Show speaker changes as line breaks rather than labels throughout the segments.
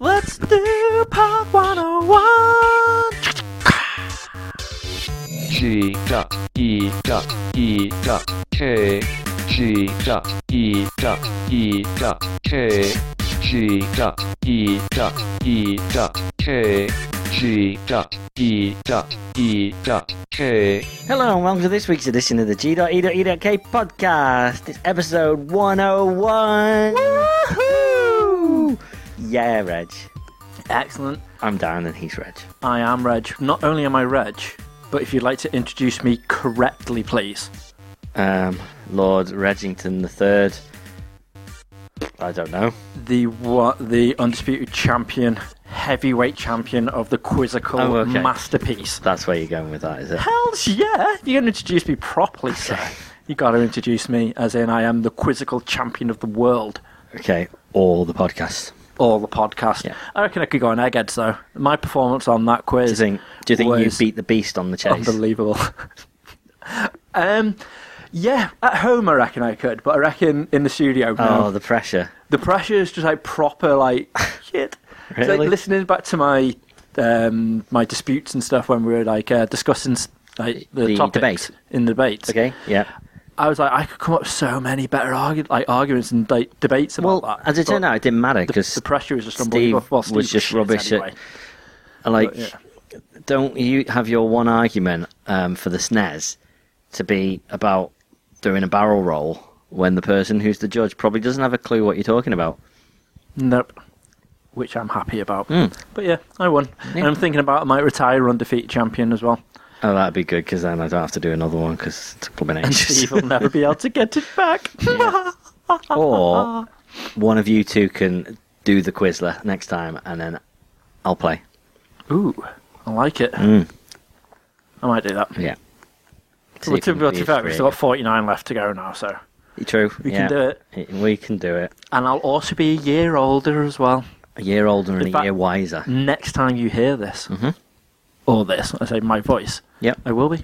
It's New Pop 101.
G dot E dot E dot K G dot E dot E dot K G dot E dot E dot K G dot E dot E dot K
Hello and welcome to this week's edition of the E G.E.E.K podcast. It's episode 101. Woohoo! Yeah, Reg.
Excellent.
I'm Dan and he's Reg.
I am Reg. Not only am I Reg, but if you'd like to introduce me correctly, please.
Um, Lord Regington the Third. I don't know.
The what? The undisputed champion, heavyweight champion of the quizzical
Oh, okay.
masterpiece.
That's where you're going with that, is it?
Hells yeah! You're gonna introduce me properly, sir. You gotta introduce me as in I am the quizzical champion of the world.
Okay, all the podcasts.
Or the podcast.
Yeah.
I reckon I could go on Eggheads though. My performance on that quiz.
Do you think? Do you think you
was-
beat the beast on the chase?
Unbelievable. um, yeah, at home I reckon I could, but I reckon in the studio,
oh,
no.
the pressure.
the pressure is just like proper like shit. It's
Really?
like listening back to my um, my disputes and stuff when we were like uh, discussing like the,
The
topics
debate.
in debates.
Okay, yeah.
I was like, I could come up with so many better argu- like arguments and like, debates
Well,
about that.
as it
but
turned out, it didn't matter
the,
because
the pressure is just
Steve
unbelievable. Well, Steve
was just
shit
rubbish at-
anyway.
like
But, yeah.
don't you have your one argument um, for the SNES to be about doing a barrel roll when the person who's the judge probably doesn't have a clue what you're talking about?
Nope. Which I'm happy about.
Mm.
But yeah, I won. And I'm thinking about I might retire undefeated champion as well.
Oh, that'd be good because then I don't have to do another one because it's a couple of
And
minutes.
Steve will never be able to get it back.
or one of you two can do the Quizler next time, and then I'll play.
Ooh, I like it.
Mm.
I might do that.
Yeah. See
Well,
if
to
you
be
can
to be fair,
be
we've still got 49 left to go now, so.
True.
We can
yeah.
do it.
We can do it.
And I'll also be a year older as well.
A year older and
In
a
fact- Mm.
year wiser.
Next time you hear this,
Mhm.
or this, I say my voice,
Yep.
I will be.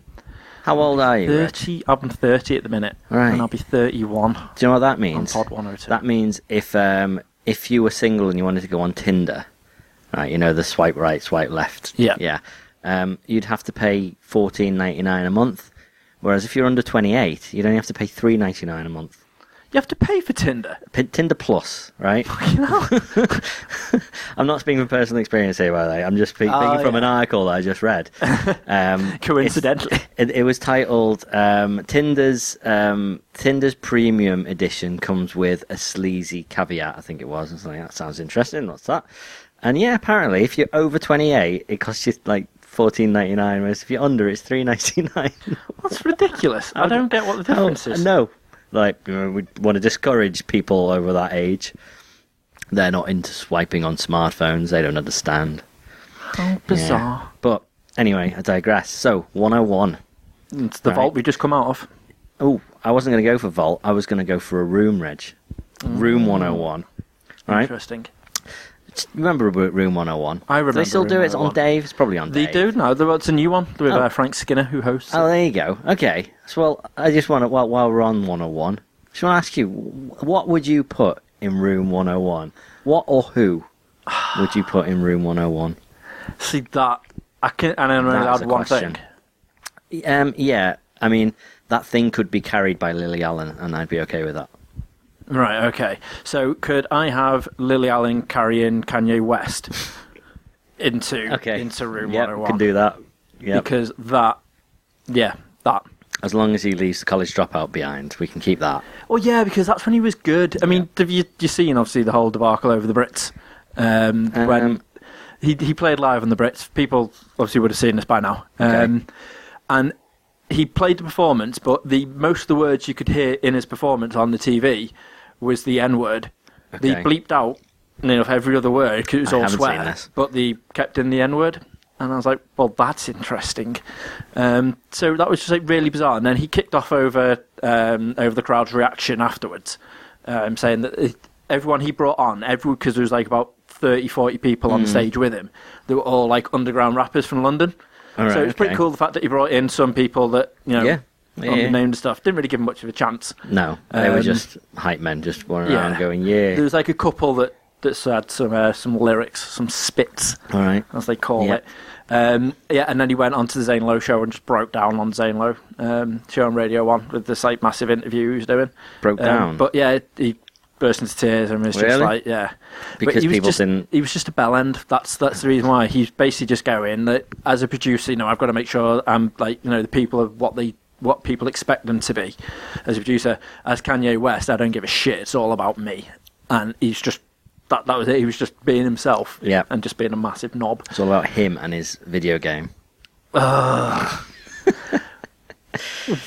How old
uh,
are you? Rich?
30, I'm 30 at the minute.
Right.
And I'll be 31
Do you know what that
on
means?
Pod 102.
That means if um, if you were single and you wanted to go on Tinder, right? You know the swipe right, swipe left.
Yeah.
yeah. Um, you'd have to pay fourteen ninety nine a month, whereas if you're under twenty eight, you'd only have to pay three ninety nine a month.
you have to pay for Tinder.
P- Tinder Plus, right?
You know?
I'm not speaking from personal experience here, by the way. I'm just speaking
Oh,
from
yeah.
an article that I just read. Um,
Coincidentally.
It, it was titled um, "Tinder's um, Tinder's Premium Edition comes with a sleazy caveat." I think it was. I was like, that sounds interesting. What's that? And yeah, apparently, if you're over 28, it costs you like 14.99, whereas if you're under, it's 3.99.
That's ridiculous. I don't get what the difference
Oh,
is.
No, like you know, we want to discourage people over that age. They're not into swiping on smartphones. They don't understand.
How
Yeah.
bizarre.
But anyway, I digress. So 101.
It's the
Right.
vault we just come out of.
Oh, I wasn't going to go for vault. I was going to go for a room, Reg. Room 101. Right?
Mm. Interesting.
Remember about room 101?
I
Do
remember
they still do
Room
it? It's on
101.
Dave. It's probably on
They
Dave.
do now. There- It's a new one with
Oh.
uh, Frank Skinner who hosts.
Oh,
it.
there you go. Okay. So, well, I just want to, while, while we're on 101, I just want to ask you, wh- what would you put in room 101? What or who would you put in room 101?
See that? I can and I'm only
That is
allowed
a
one
question.
thing.
Um, yeah, I mean, that thing could be carried by Lily Allen, and I'd be okay with that.
Right. Okay. So could I have Lily Allen carrying Kanye West into
Okay.
into room
yeah,
101?
can do that. Yeah.
Because that, yeah, that.
As long as he leaves the college dropout behind, we can keep that.
Oh yeah, because that's when he was good. I mean, have you you seen obviously the whole debacle over the Brits um,
Um,
when he he played live on the Brits. People obviously would have seen this by now. Um, and he played the performance, but the most of the words you could hear in his performance on the TV was the N word. They
Okay.
bleeped out near enough every other word 'cause it was
I
all
haven't
swear,
seen this.
but they kept in the N word. And I was like, well, that's interesting. Um, so that was just like really bizarre. And then he kicked off over um, over the crowd's reaction afterwards, um, saying that it, everyone he brought on, everyone because there was like about 30, 40 people
Hmm.
on the stage with him, they were all like underground rappers from London.
All right,
so it was pretty
okay.
cool the fact that he brought in some people that you know
Yeah. Yeah, yeah.
unnamed and stuff didn't really give him much of a chance.
No, they were
Um,
just hype men, just running
yeah.
around going, yeah.
There was like a couple that that's had some uh, some lyrics, some spits
All right.
as they call
Yeah.
it. Um, yeah, and then he went on to the Zane Lowe show and just broke down on Zane Lowe um, show on Radio One with this like massive interview he was doing.
Broke
Um,
down.
but yeah, he burst into tears and was just
Really?
like, yeah, But
Because
he was
people
just-
didn't-
He was just a bell end. That's that's the reason why he's basically just going that as a producer, you know, I've got to make sure I'm like you know the people are what they what people expect them to be as a producer. As Kanye West, I don't give a shit. It's all about me, and he's just. That, that was it. He was just being himself,
Yeah.
and just being a massive knob.
It's all about him and his video game.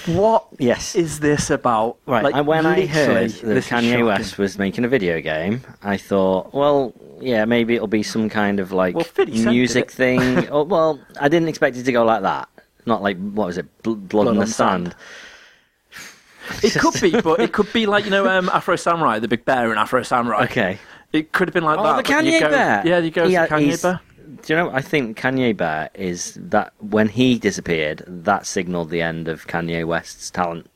What
Yes.
is this about?
Right,
Like,
and when I
literally,
heard that
this is
Kanye
shocking.
West was making a video game, I thought, well, yeah, maybe it'll be some kind of like
Well, 50 Cent did
music
it.
thing. or, well, I didn't expect it to go like that. Not like what was it, Bl- Blood, on the Sand?
it could be, but it could be like you know um, Afro Samurai, the big bear in Afro Samurai.
Okay.
it could have been like
Oh,
that.
the
but you
Kanye
go-
Bear.
Yeah, you go to
Yeah,
Kanye
he's-
Bear.
Do you know? I think Kanye Bear is that when he disappeared, that signaled the end of Kanye West's talent.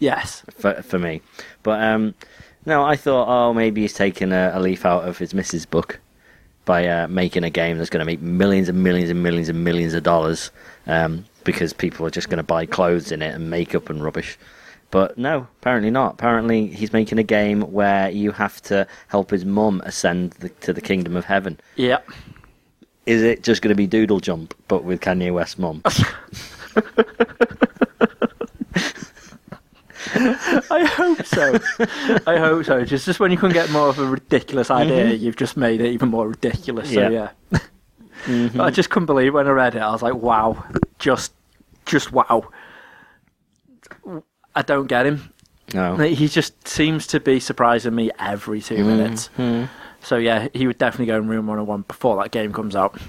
Yes,
for, for me. But um, no, I thought, oh, maybe he's taking a, a leaf out of his missus book by uh, making a game that's going to make millions and millions and millions and millions of dollars um, because people are just going to buy clothes in it and makeup and rubbish. But no, apparently not. Apparently, he's making a game where you have to help his mum ascend the, to the kingdom of heaven.
yeah.
Is it just going to be Doodle Jump, but with Kanye West's mum?
I hope so. I hope so. Just just when you couldn't get more of a ridiculous idea, you've just made it even more ridiculous. So
Mm-hmm. Yeah.
yeah,
Mm-hmm.
I just couldn't believe when I read it. I was like, wow, just just wow. I don't get him.
No.
He just seems to be surprising me every 2 minutes.
Mm-hmm.
So yeah, he would definitely go in room 101 before that game comes out.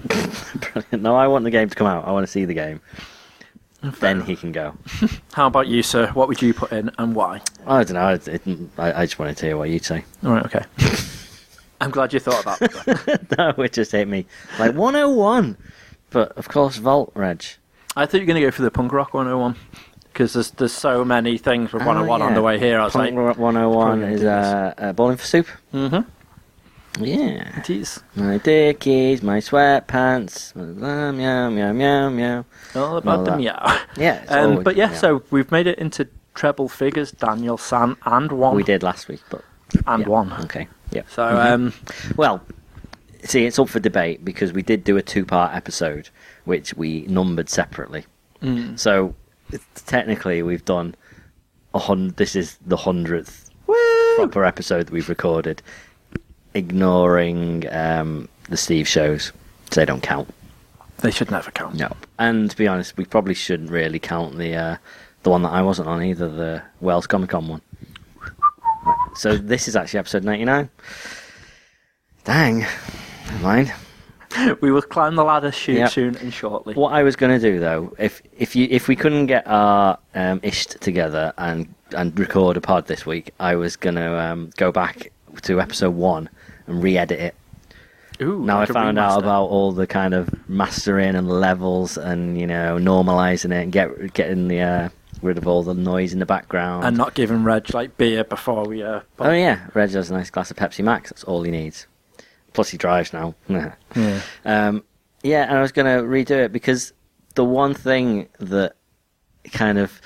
no, I want the game to come out. I want to see the game. Then he can go.
How about you, sir? What would you put in and why?
I don't know. It, it, I, I just wanted to hear what you'd say.
All right, okay. I'm glad you thought about that.
no, it just hit me. Like 101. But of course, Vault Reg.
I thought you were going to go for the punk rock 101 because there's there's so many things with 101
Oh,
on
yeah.
the way here. I was
Punk
like, "Oh,
Rock 101
probably
is
gonna do
uh, uh, Bowling for Soup.
mm-hmm.
Yeah.
Jeez.
My dickies, my sweatpants. Meow, meow, meow, meow, meow.
All about
All
the
that.
meow.
Yeah. it's
Um,
always-
but yeah, so we've made it into treble figures, Daniel, San, and one.
We did last week, but.
And
yeah,
one.
Okay. Mm-hmm. Yep.
So um,
Well, see, it's up for debate because we did do a two part episode, which we numbered separately.
mm.
So it's- technically, we've done a hundred. This is the hundredth proper episode that we've recorded, ignoring um, the Steve shows. So they don't count.
they should never count.
No. And to be honest, we probably shouldn't really count the uh, the one that I wasn't on either, the Wells Comic Con one. Right, So this is actually episode ninety nine. Dang, never mind.
We will climb the ladder soon,
Yep.
soon and shortly.
What I was going to do though, if if you if we couldn't get our um, isht together and and record a pod this week, I was going to um, go back to episode one and re-edit it.
Ooh,
Now
like
I
a
found out
remaster.
about all the kind of mastering and levels and you know normalizing it and get getting the uh, rid of all the noise in the background.
and not giving Reg like beer before we. Uh,
oh yeah, Reg has a nice glass of Pepsi Max. That's all he needs. Plus he drives now.
yeah.
Um, yeah, and I was going to redo it because the one thing that kind of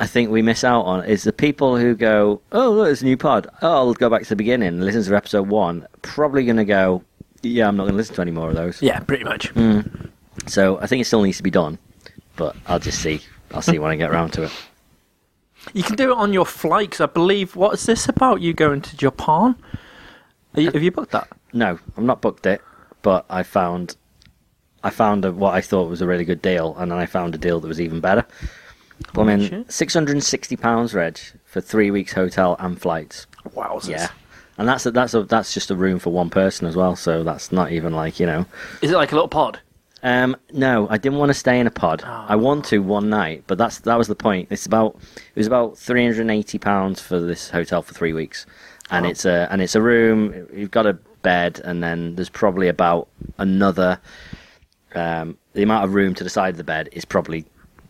I think we miss out on is the people who go, "Oh, look, it's a new pod. Oh, I'll go back to the beginning, and listen to episode one." Probably going to go, "Yeah, I'm not going to listen to any more of those."
Yeah, pretty much.
Mm. So I think it still needs to be done, but I'll just see. I'll see when I get around to it.
You can do it on your flight 'cause I believe. What is this about? You going to Japan? Are
Uh,
you- have you booked that?
No, I've not booked it, but I found I found a, what I thought was a really good deal, and then I found a deal that was even better. I mean,
shit.
six hundred and sixty pounds, Reg, for three weeks hotel and flights.
Wowzers.
Yeah, and that's a, that's a, that's just a room for one person as well. So that's not even like you know.
Is it like a little pod?
Um, no, I didn't want to stay in a pod. I want to one night, but that's that was the point. It's about it was about three hundred and eighty pounds for this hotel for three weeks, and it's a and it's a room. You've got a bed, and then there's probably about another. Um, the amount of room to the side of the bed is probably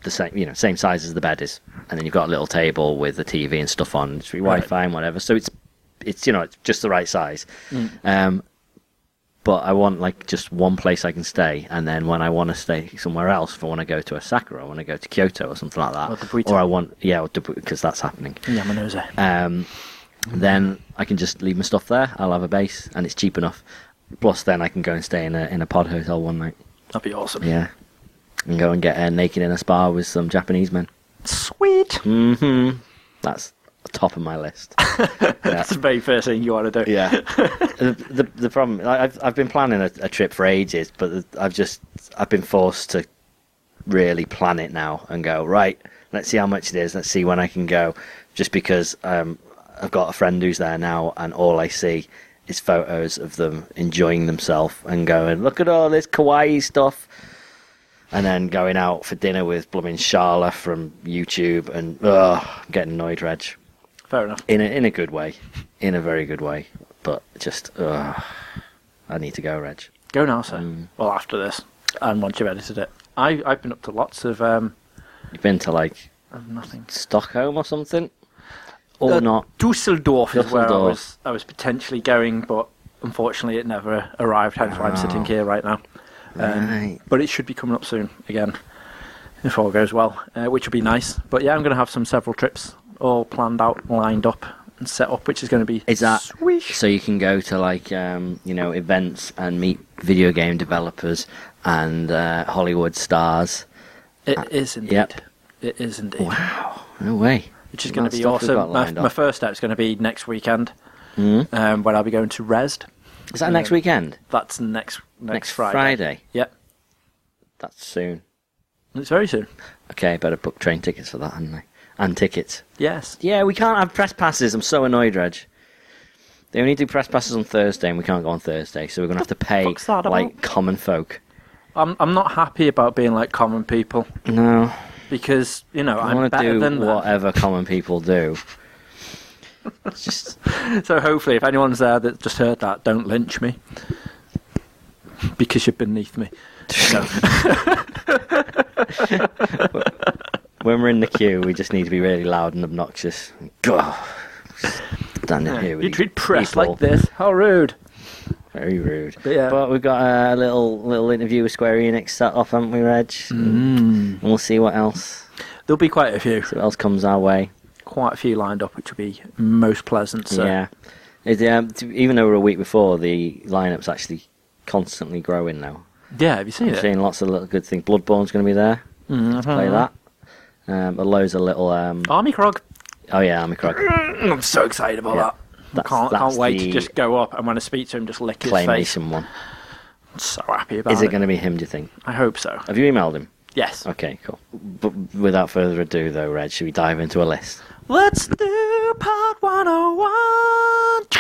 the same, you know, same size as the bed is, and then you've got a little table with the TV and stuff on, it's free
Right.
Wi-Fi and whatever. So it's it's you know it's just the right size. Um, but I want like just one place I can stay, and then when I want to stay somewhere else, if I want to go to Osaka, I want to go to Kyoto or something like that,
Or Dubuque.
or I want yeah, because that's happening.
Yamanoza.
Um, then I can just leave my stuff there. I'll have a base, and it's cheap enough. Plus, then I can go and stay in a in a pod hotel one night.
That'd be awesome.
Yeah, and go and get uh, naked in a spa with some Japanese men.
Sweet.
Mm-hmm. That's top of my list.
That's the very first thing you want to do.
Yeah. the, the the problem I- I've I've been planning a, a trip for ages, but I've just I've been forced to really plan it now and go right. Let's see how much it is. Let's see when I can go. Just because um, I've got a friend who's there now, and all I see is photos of them enjoying themselves and going, look at all this kawaii stuff. And then going out for dinner with blooming Charla from YouTube, and ugh, I'm getting annoyed, Reg
Fair enough.
in a, in a good way, in a very good way. But just, uh, I need to go, Reg.
Go now, sir.
Mm.
Well, after this, and once you've edited it, I I've been up to lots of um
You've been to like
of nothing.
Stockholm or something, or
Uh,
not?
Dusseldorf is where I
Dusseldorf.
was I was potentially going, but unfortunately it never arrived. Hence why I'm sitting
Oh.
here right now. Um,
Right.
But it should be coming up soon again, if all goes well, uh, which will be nice. But yeah, I'm going to have some several trips all planned out, lined up, and set up, which is going to be
Is that-
sweet.
So you can go to like um, you know events and meet video game developers and uh, Hollywood stars.
It is indeed.
Ah, Yep.
It is indeed.
Wow, no way.
Which is going
Nice
to be
stuff we've got
awesome. My,
lined
my
up.
first step is going to be next weekend
Mm.
um, when I'll be going to Resd.
Is that next weekend?
That's next next,
Next
Friday.
Friday.
Yep.
That's soon.
It's very soon.
Okay, better book train tickets for that, haven't I? And tickets.
Yes.
Yeah, we can't have press passes. I'm so annoyed, Reg. They only do press passes on Thursday, and we can't go on Thursday, so we're gonna have to pay
fuck's that
like
about?
common folk.
I'm I'm not happy about being like common people
No,
because you know
I
am
want to
better
do
than that.
whatever common people do. It's just
So hopefully, if anyone's there that just heard that, don't lynch me because you're beneath me. No.
when we're in the queue, we just need to be really loud and obnoxious. Go, standing here with
you
these
treat press
people.
like this. How rude!
Very rude.
But yeah.
But we've got a little little interview with Square Enix set off, haven't we, Reg?
Mm.
And we'll see what else
There'll be quite a few,
see what else comes our way.
quite a few lined up, which will be most pleasant. So
Yeah. It, um, t- even though we're a week before, the lineup's actually constantly growing now.
Yeah, have you seen
I'm
it?
seeing lots of little good things. Bloodborne's going to be there.
Mhm.
Play that. Um, but loads of little. Um, oh.
Army Crog.
yeah, Army Croc.
Mm, I'm so excited about
Yeah.
that.
That's-
can't
that's
can't wait
the-
to just go up and when I speak to him, just lick his face.
Claymation one.
I'm so happy about
Is it going to be him, do you think?
I hope so.
Have you emailed him?
Yes.
Okay, cool. But without further ado, though, Red, should we dive into a list?
Let's do part 101.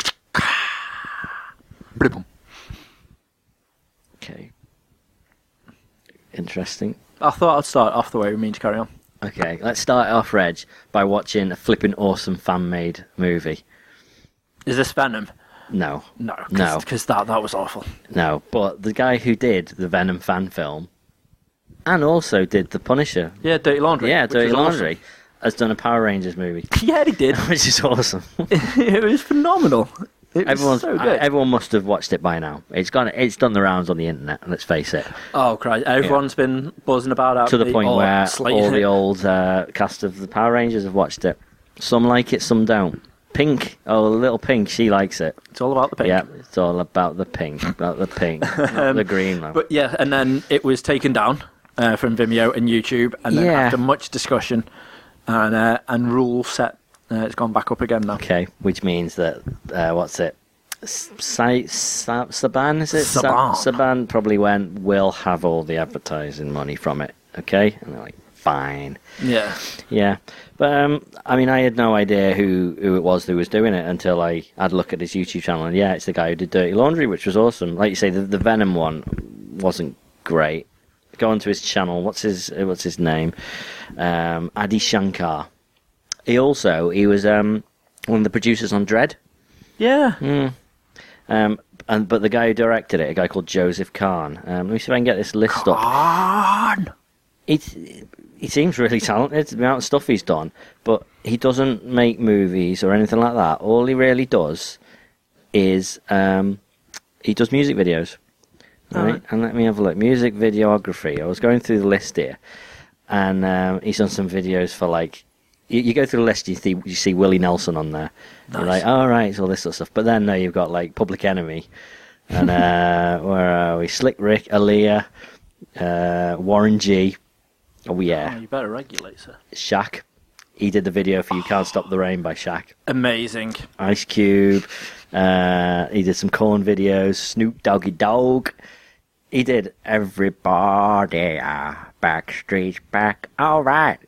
Okay. Interesting.
I thought I'd start off the way we mean to carry on.
Okay, let's start off, Reg, by watching a flipping awesome fan made movie.
Is this Venom?
No,
No. Cause,
No.
Because that, that was awful.
No, but the guy who did the Venom fan film and also did The Punisher.
Yeah, Dirty Laundry.
Yeah,
which
Dirty
was
Laundry has done a Power Rangers movie,
awesome. Yeah, he did.
which is awesome.
it was phenomenal. It was
Everyone's,
so
I-
good.
everyone must have watched it by now. It's gone. It's done the rounds on the internet. Let's face it.
oh, Christ. Everyone's been buzzing about it.
to the, point
oh,
where
Slate.
all the old uh, cast of the Power Rangers have watched it. Some like it, some don't. Pink, oh, little Pink, she likes it.
It's all about the pink. Um,
Yeah, it's all about the pink, about the pink, not the green one.
But yeah, and then it was taken down uh, from Vimeo and YouTube, and then
Yeah.
after much discussion and uh, and rule set, uh, it's gone back up again now.
Okay, which means that uh, what's it? S- Sai- Sa- Saban is it?
Saban.
Sa- Saban probably went. We'll have all the advertising money from it. Okay, and they're like, fine.
Yeah,
Yeah, but um, I mean, I had no idea who, who it was who was doing it until I had a look at his YouTube channel, and yeah, it's the guy who did Dirty Laundry, which was awesome. Like you say, the, the Venom one wasn't great. Go onto his channel. What's his uh, What's his name? Um, Adi Shankar. He also he was um, one of the producers on Dread.
yeah.
Mm. Um, and but the guy who directed it, a guy called Joseph Kahn. Um, let me see if I can get this list up.
On.
It's he seems really talented. The amount of stuff he's done, but he doesn't make movies or anything like that. All he really does is um, he does music videos. Right?
Alright.
And let me have a look. Music videography. I was going through the list here, and um, he's done some videos for like. You, you go through the list, you see you see Willie Nelson on there. You're
Nice.
like, all right, it's all this sort of stuff. But then no, you've got like Public Enemy, and uh, where are we? Slick Rick, Aaliyah, uh, Warren G. Oh
Oh,
yeah,
you better regulate, sir.
Shaq. He did the video for "You Can't Stop the Rain" by Shaq.
Amazing.
Ice Cube. Uh, he did some corn videos. Snoop Doggy Dog. He did everybody. Uh, back streets back. All right.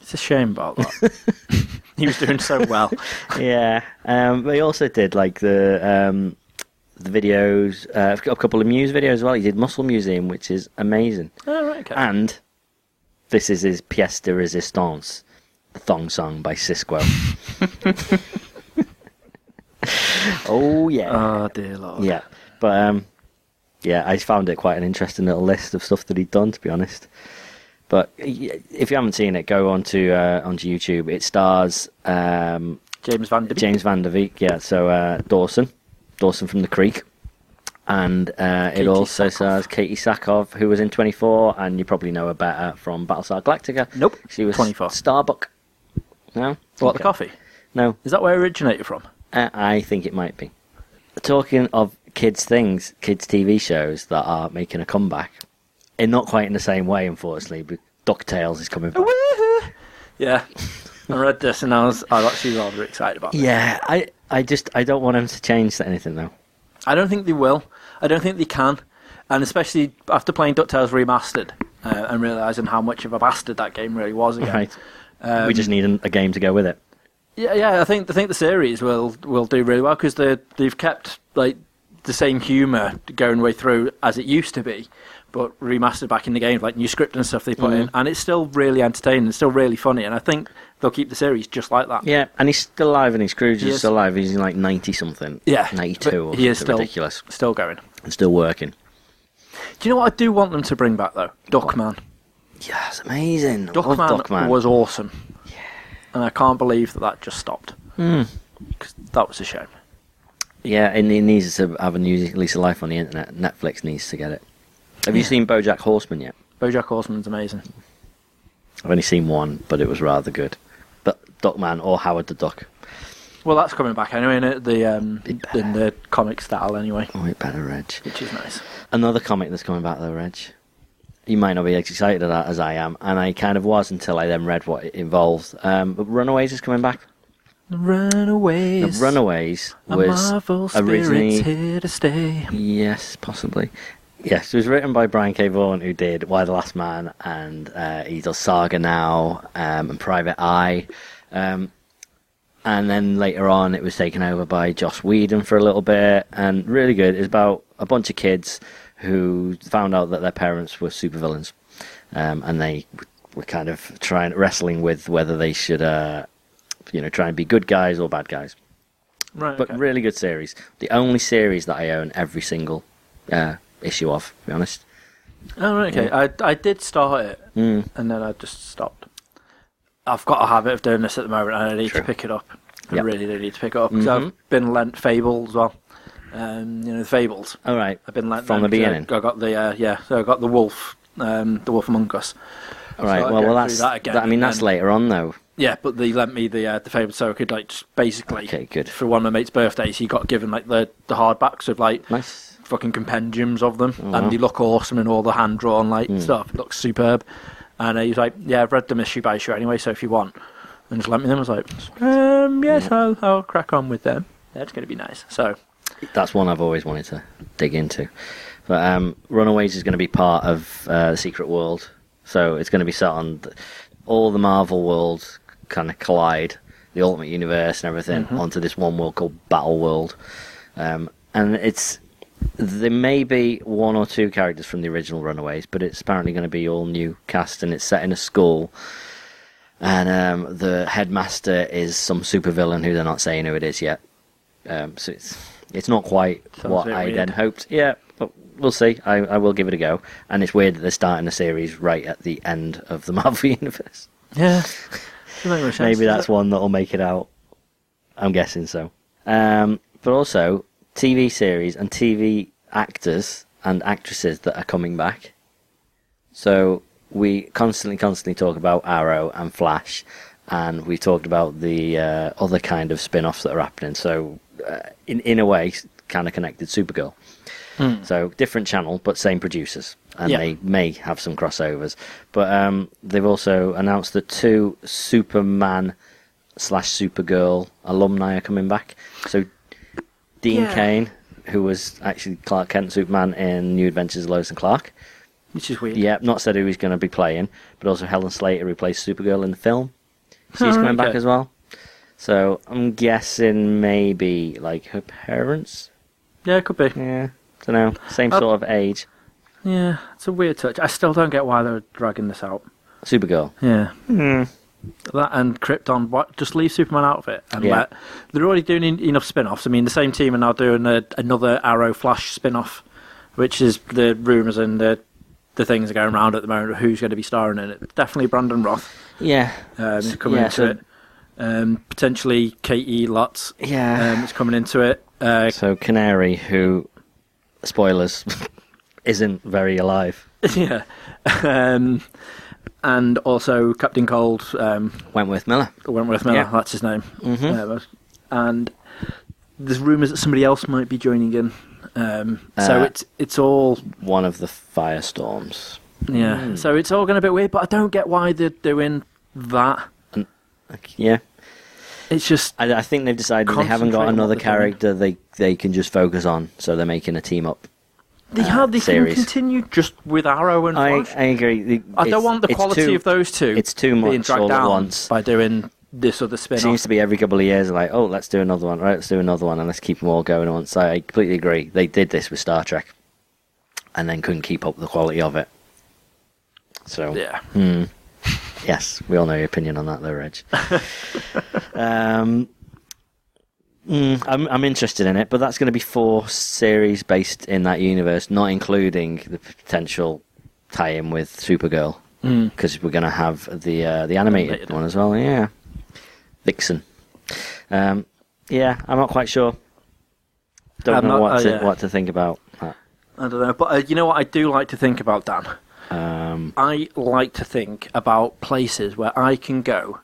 It's a shame about that. he was doing so well.
yeah. Um, but he also did like the um, the videos. Uh, a couple of Muse videos as well. He did Muscle Museum, which is amazing.
Oh, right, okay.
And this is his pièce de résistance, the thong song by Cisco. oh yeah.
oh dear lord.
Yeah, but um, yeah, I found it quite an interesting little list of stuff that he'd done, to be honest. But y- if you haven't seen it, go onto uh, onto YouTube. It stars um,
James Van Der Beek.
James Van Der Beek, yeah, so uh, Dawson, Dawson from the Creek, and uh, it
Katie
also
Sackhoff.
stars Katie Sackhoff, who was in Twenty Four, and you probably know her better from Battlestar Galactica.
Nope.
she was
24.
Starbuck. No,
What
Okay.
the coffee?
No,
Is that where it originated from?
uh, I think it might be. Talking of kids' things, kids' TV shows that are making a comeback, and not quite in the same way, unfortunately. But DuckTales is coming back.
Yeah. I read this and I was I was actually rather excited about it.
Yeah, I, I just, I don't want them to change to anything though.
I don't think they will. I don't think they can. And especially after playing DuckTales Remastered uh, and realising how much of a bastard that game really was again.
Right?
Um,
we just need an- a game to go with it.
Yeah, yeah. I think I think the series will will do really well because they they've kept like the same humour going way through as it used to be, but remastered back in the game, like new script and stuff they put
Mm.
in, and it's still really entertaining, it's still really funny, and I think they'll keep the series just like that.
Yeah, and he's still alive, and his Scrooge
He
is
is.
still alive. He's in like ninety something.
Yeah,
ninety-two.
but
or
he is
something
still
ridiculous,
still going. Do
and still working.
you know what I do want them to bring back though? Duckman.
Yeah, it's amazing. I love
Duckman,
Duckman.
was awesome, and I can't believe that that just stopped.
Mm.
'Cause that was a shame.
Yeah, and it needs to have a new lease of life on the internet. Netflix needs to get it. Have you seen BoJack Horseman yet?
BoJack Horseman's amazing.
I've only seen one, but it was rather good. But Duckman or Howard the Duck.
Well, that's coming back anyway, in the um,
Big Bang.
in the comic style anyway,
Oh, it better, Reg.
which is nice.
Another comic that's coming back though, Reg. You might not be as excited at that as I am, and I kind of was until I then read what it involves. Um, but Runaways is coming back. Now,
Runaways,
Runaways
a
was
Marvel spirit's
originally
here to stay.
Yes, possibly. Yes, it was written by Brian K. Vaughan, who did Why the Last Man, and uh, he does Saga now um, and Private Eye. Um, and then later on, it was taken over by Joss Whedon for a little bit, and really good. It's about a bunch of kids who found out that their parents were supervillains, um, and they were kind of trying wrestling with whether they should, uh, you know, try and be good guys or bad guys
Right,
but
okay.
really good series. The only series that I own every single uh, issue of, to be honest. Hmm.
oh, right, okay. I I did start it, and then I just stopped. I've got a habit of doing this at the moment, and I need
True.
to pick it up. I
Yep.
really do need to pick it up because
Mhm.
I've been lent Fable as well. Um, you know, the Fables.
All right,
I've been lent
From
them
the
'cause I-
beginning.
I got the uh, yeah, so I got the Wolf, um, the Wolf Among Us.
all right.
so I'll
well,
go
well,
through
that's.
that again
that- I mean,
and
that's
then-
later on though.
Yeah, but they lent me the uh, the favourite, so I could like just basically
Okay, good.
for one of my mate's birthdays. He got given like the the hardbacks of like
Nice.
fucking compendiums of them,
Oh, wow. Hmm.
and they look awesome and all the hand drawn like stuff. It looks superb. And uh, he was like, "Yeah, I've read them issue by issue anyway, so if you want." And just lent me them. I was like, um, "Yes, I'll, I'll crack on with them. That's going to be nice." So
That's one I've always wanted to dig into. But um, Runaways is going to be part of uh, the Secret World, so it's going to be set on th- all the Marvel worlds kind of collide, the Ultimate Universe and everything,
Mm-hmm.
onto this one world called Battle World. Um, and it's there may be one or two characters from the original Runaways, but it's apparently going to be all new cast, and it's set in a school. And um, the headmaster is some supervillain who they're not saying who it is yet. Um, so it's it's not quite
Sounds
what
a bit
I
weird.
then hoped. Yeah, but we'll see. I, I will give it a go. And it's weird that they're starting the series right at the end of the Marvel universe.
Yeah. Doesn't make much sense,
Maybe
does
that's
it?
one that'll make it out. I'm guessing so. Um, but also TV series and TV actors and actresses that are coming back. So we constantly, constantly talk about Arrow and Flash, and we talked about the uh, other kind of spin-offs that are happening. So uh, in in a way, kind of connected Supergirl. So different channel, but same producers, and
Hmm. Yeah.
they may have some crossovers. But um, they've also announced that two Superman slash Supergirl alumni are coming back. So Dean
Yeah.
Kane, who was actually Clark Kent Superman in New Adventures of Lois and Clark.
Which is weird.
Yeah, not said who he's going to be playing, but also Helen Slater replaced Supergirl in the film. She's
Oh,
coming back
okay.
as well. So I'm guessing maybe like her parents.
Yeah, it could be.
Yeah, don't know. Same
Uh,
sort of age.
Yeah, it's a weird touch. I still don't get why they're dragging this out.
Supergirl.
Yeah.
Hmm.
That and Krypton, what, just leave Superman out of it. And
Yeah.
let, they're already doing en- enough spin offs. I mean, the same team are now doing a, another Arrow Flash spin off, which is the rumours and the, the things going around at the moment of who's going to be starring in it. Definitely Brandon Roth
Yeah.
um, is coming
Yeah,
into
so-
it. Um, potentially Katie Lutz
Yeah.
um, is coming into it. Uh,
Um, so Canary, who, spoilers, isn't very alive.
yeah. Um, and also Captain Cold, um,
Wentworth Miller.
Wentworth Miller,
Yeah. Mm-hmm.
that's his name. Uh, and there's rumours that somebody else might be joining in. Um, so
Uh,
it's it's all
One of the firestorms.
yeah.
hmm.
So it's all going a bit weird, but I don't get why they're doing that.
Like, Yeah.
It's just
I, I think they've decided they haven't
Concentrate
got
on
another
what they're doing.
character they, they can just focus on, so they're making a team up.
they
Uh,
had they
series.
can continue just with Arrow and
I,
Flash.
I agree. The-
I, don't
it's-
want the
it's
quality
too-
of those two.
it's too
being
much
dragged
all at
down
once.
by doing this other
It
spin
seems
off.
to be every couple of years, like, oh, let's do another one, right? Let's do another one, and let's keep them all going at once. I, I completely agree. They did this with Star Trek, and then couldn't keep up the quality of it. So
Yeah.
Hmm. Yes, we all know your opinion on that, though, Reg. um, mm, I'm, I'm interested in it, but that's going to be four series based in that universe, not including the potential tie-in with Supergirl, because we're going to have the uh, the animated,
Hmm. Animated.
one as well. Yeah, Vixen. Um, yeah, I'm not quite sure. Don't
I'm
know
not-
what
uh,
to
yeah.
what to think about that.
I don't know, but uh, you know what I do like to think about Dan.
Um,
I like to think about places where I can go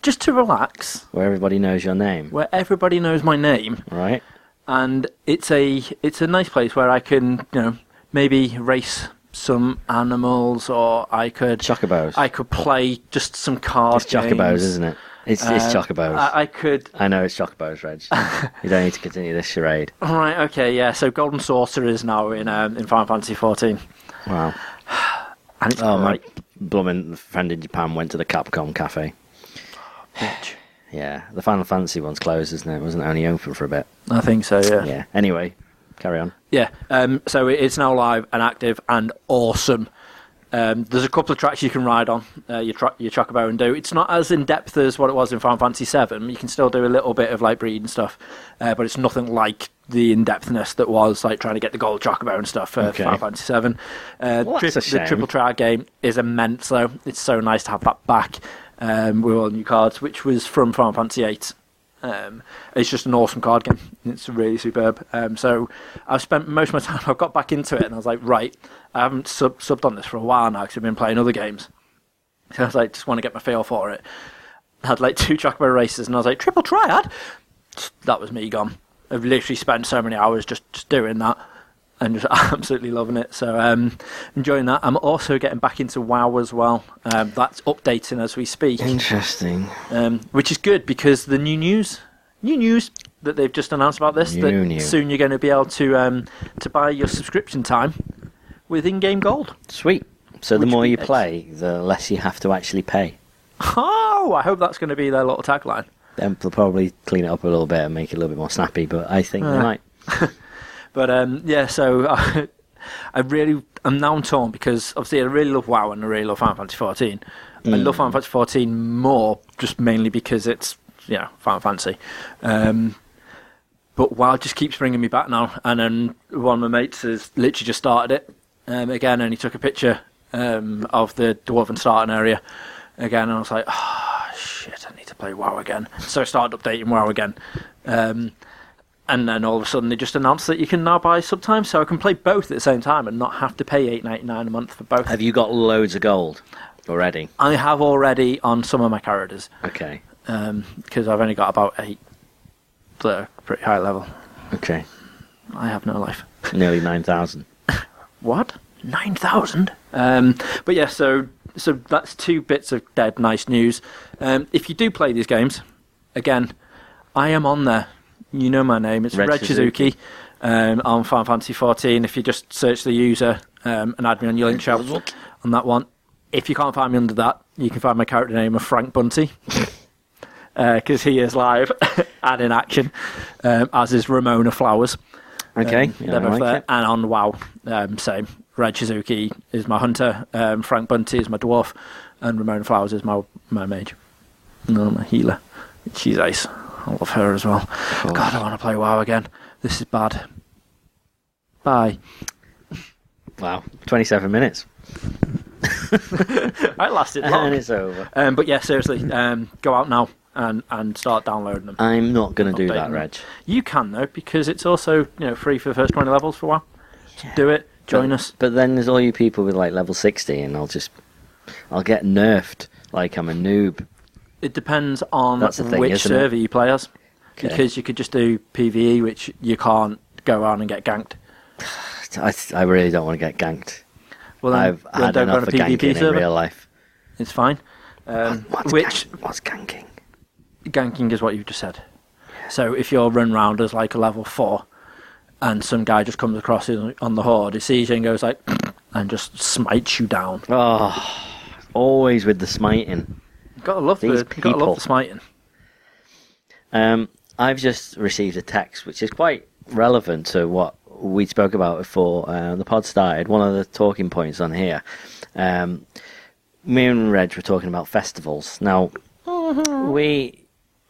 just to relax,
where everybody knows your name,
where everybody knows my name,
right?
and it's a it's a nice place where I can you know maybe race some animals, or I could
Chocobos.
I could play just some cards.
It's chocobos, isn't it? It's, it's chocobos.
I,
Uh, I,
I could.
know it's chocobos, Reg. you don't need to continue this charade.
All right. Okay. Yeah. So golden saucer is now in um, in Final Fantasy 14,
Wow.
and it's
Oh, my
great.
blooming friend in Japan went to the Capcom cafe.
Bitch.
Yeah, the Final Fantasy one's closed, isn't it? It wasn't only open for a bit.
I think so. Yeah.
Yeah. Anyway, carry on.
Yeah, um, so it- it's now live and active and awesome. Um, there's a couple of tracks you can ride on uh, your tra- your chocobo and do. It's not as in depth as what it was in Final Fantasy VII. You can still do a little bit of like breeding stuff, uh, but it's nothing like the in depthness that was like trying to get the gold chocobo and stuff for
Okay.
Final Fantasy VII. Uh,
Well, that's a
The
shame.
triple trial game is immense though. It's so nice to have that back um, with all new cards, which was from Final Fantasy VIII. Um, it's just an awesome card game. It's really superb. Um, so I've spent most of my time. I've got back into it, and I was like, right, I haven't sub- subbed on this for a while now because I've been playing other games. So I was like, just want to get my feel for it. I had like two Chocobo races, and I was like, triple triad. That was me gone. I've literally spent so many hours just, just doing that, and just absolutely loving it. So um, enjoying that. I'm also getting back into WoW as well. Um, that's updating as we speak
Interesting.
um, which is good because the new news, new news that they've just announced about this,
New
that
news.
soon you're going to be able to um, to buy your subscription time with in-game gold.
Sweet. So the
Which
more
we-
you play, the less you have to actually pay.
Oh, I hope that's going to be their little tagline.
Then they'll probably clean it up a little bit and make it a little bit more snappy, but I think they
Uh.
might.
But um, yeah, so I, I really I'm now torn because obviously I really love WoW and I really love Final Fantasy 14. I love Final Fantasy 14 more just mainly because it's you know Final Fantasy. Um, But WoW just keeps bringing me back now. And then one of my mates has literally just started it um, again, and he took a picture um, of the dwarven starting area again, and I was like, oh, shit, I need to play WoW again. So I started updating WoW again. Um, and then all of a sudden they just announced that you can now buy subtimes, so I can play both at the same time and not have to pay eight ninety nine a month for both.
Have you got loads of gold already?
I have already on some of my characters
Okay.
because I've only got about eight that are pretty high level.
Okay.
I have no life.
Nearly 9,000.
What? 9,000? Um, but yeah, so so that's two bits of dead nice news. Um, if you do play these games, again, I am on there. You know my name. It's
Red
Red,
Shizuki.
Shizuki um, on Final Fantasy 14. If you just search the user um, and add me on your link chat on that one, if you can't find me under that, you can find my character name of Frank Bunty. Because he is live and in action, um, as is Ramona Flowers.
Okay.
Um,
yeah,
they're
I
both
like
there.
it.
And on WoW, um, same. Red Shizuki is my hunter, um, Frank Bunty is my dwarf, and Ramona Flowers is my, my mage. No, my healer. She's ace. I love her as well. God, I want to play WoW again. This is bad. Bye.
Wow. 27 minutes.
I lasted
And
long.
it's over.
um, but yeah, seriously, um, go out now and, and start downloading them.
I'm not going to do
Updating
that,
them.
Reg.
You can though, because it's also you know free for the first twenty levels for a while. So do it. Join
but,
us.
But then there's all you people with like level 60, and I'll just. I'll get nerfed like I'm a noob.
It depends on
That's the thing,
which
isn't it?
server you play as.
Okay.
Because you could just do PvE, which you can't go on and get ganked.
I, I really don't want to get ganked.
Well, then,
I've
then
had
don't go on
enough
a
of ganking
PvP
in
E server.
real life.
It's fine. Um,
What's,
which
gank- what's ganking?
ganking is what you just said. So if you're run round as like a level four, and some guy just comes across you on the horde, he sees you and goes like, and just smites you down.
Oh, always with the smiting.
Gotta love
These
the gotta
people.
love the smiting.
Um, I've just received a text which is quite relevant to what we spoke about before uh, the pod started. One of the talking points on here. Um, me and Reg were talking about festivals. Now,
Mm-hmm.
we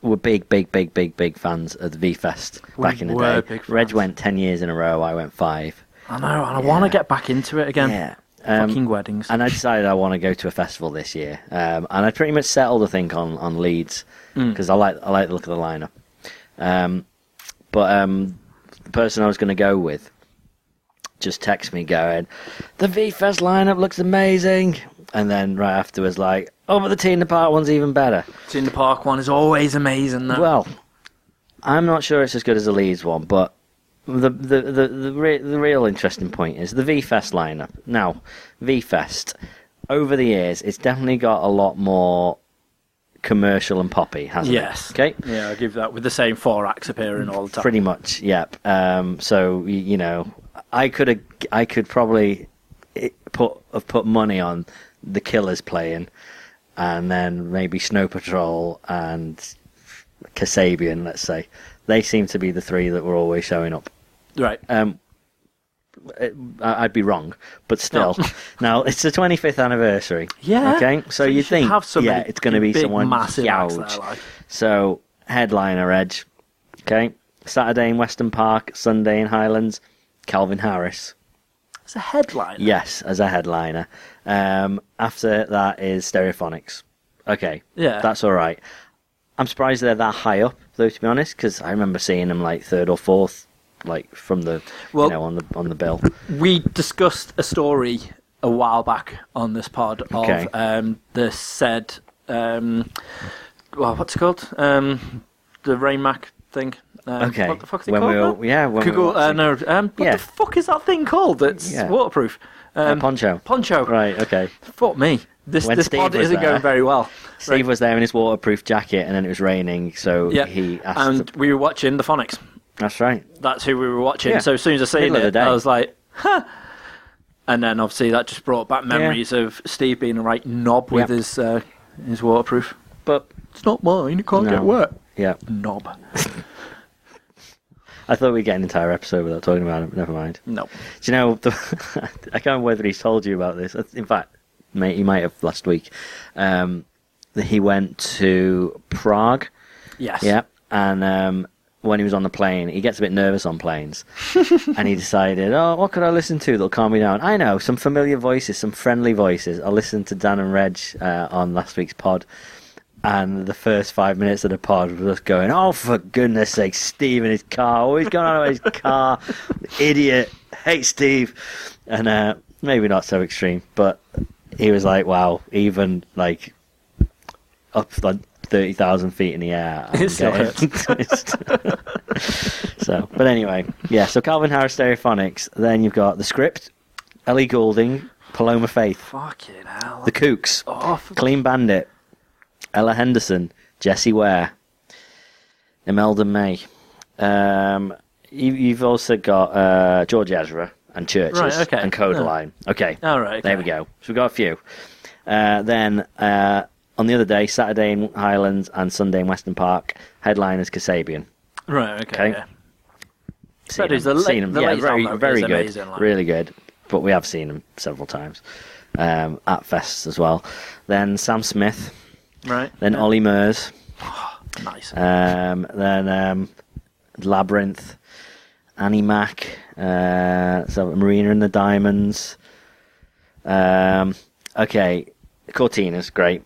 were big, big, big, big, big fans of the V Fest
We
back in the
were
day.
big
Reg
fans.
went 10 years in a row, I went five.
I know, and I want
Yeah.
to get back into it again.
Yeah. Um,
Fucking weddings.
and I decided I want to go to a festival this year. Um, and I pretty much settled, I think, on on Leeds because I like I like the look of the lineup. Um, but um, the person I was going to go with just texted me going, "The V Fest lineup looks amazing," and then right afterwards, like, "Oh, but the Tina Park one's even better."
It's in the park one is always amazing. Though.
Well, I'm not sure it's as good as the Leeds one, but the the the the, re- the real interesting point is the V Fest lineup. Now, V Fest over the years, it's definitely got a lot more commercial and poppy, hasn't
yes.
it? Okay.
Yeah, I give that with the same four acts appearing all the time.
Pretty much, yep. Um, so y- you know, I could have, I could probably eh, put have put money on the Killers playing, and then maybe Snow Patrol and Kasabian. Let's say they seem to be the three that were always showing up.
right.
Um, eh, I- I'd be wrong, but still. now it's the 25th anniversary.
Yeah.
Okay. So,
So you
you
should
think,
have somebody
yeah, it's going to be
big,
someone
massive acts
huge.
there, like.
So headliner Edge. Okay. Saturday in Western Park, Sunday in Highlands. Calvin Harris.
It's a headline.
Yes, as a headliner. Um, after that is Stereophonics. Okay.
Yeah.
That's all right. I'm surprised they're that high up, though, to be honest, because I remember seeing them like third or fourth, like from the
Well-
you know on the on the bill.
We discussed a story a while back on this pod of
Okay.
um, the said, um, well, what's it called? Um, the Rain Mac thing. Um,
Okay.
What the fuck's it
When we
called?
were- yeah, when we were
Google, uh,
watching-
no, um, what
Yeah.
the fuck is that thing called? That's
Yeah.
waterproof.
Uh,
Um,
poncho.
Poncho.
Right. Okay.
Fuck me. This
When
this
Steve
pod
was
isn't
there-
going very well.
Steve was there in his waterproof jacket, and then it was raining, so
Yeah.
he asked.
and
the-
we were watching the phonics.
that's right.
That's who we were watching.
Yeah.
So as soon as I seen
Middle of the
it,
day.
I was like, huh. And then obviously that just brought back memories of Steve being a right knob with
Yep.
his uh, his waterproof.
But
It's not mine. It can't
No.
get wet.
yeah,
Knob.
I thought we'd get an entire episode without talking about it. Never mind.
No.
Do you know? The, I can't remember whether he's told you about this. In fact, mate, he might have last week. Um, that he went to Prague.
Yes.
Yeah, and um, when he was on the plane. He gets a bit nervous on planes, and he decided, "Oh, what could I listen to that'll calm me down?" I know some familiar voices, some friendly voices. I listened to Dan and Reg uh, on last week's pod, and the first five minutes of the pod was us going, "Oh, for goodness' sake, Steve and his car! Always going on about his car, idiot! Hate Steve!" And uh, maybe not so extreme, but he was like, "Wow, even like up like thirty thousand feet in the air." I'm
It still
getting- so, but anyway, yeah. So Calvin Harris, Stereophonics. Then you've got the script, Ellie Goulding, Paloma Faith,
Fucking hell.
the Kooks,
Awful.
Clean Bandit, Ella Henderson, Jesse Ware, Imelda May. Um, you, you've also got uh, George Ezra and Churches
Right, okay.
and Codeline. Okay,
All right.
there we go. So we've got a few. Uh, then uh, on the other day, Saturday in Highlands and Sunday in Western Park, headliners Kasabian.
go. Right, okay.
Okay.
yeah.
Seen
That is
him-
the la-
seen him.
the
yeah,
latest
very,
download
very
is
good,
amazing, like.
really good. But we have seen him several times um, at fests as well. Then Sam Smith,
Right.
then
yeah.
Ollie Murs,
Nice.
um, then um, Labyrinth, Annie Mac, uh, so Marina and the Diamonds. Um, okay, Cortina's great.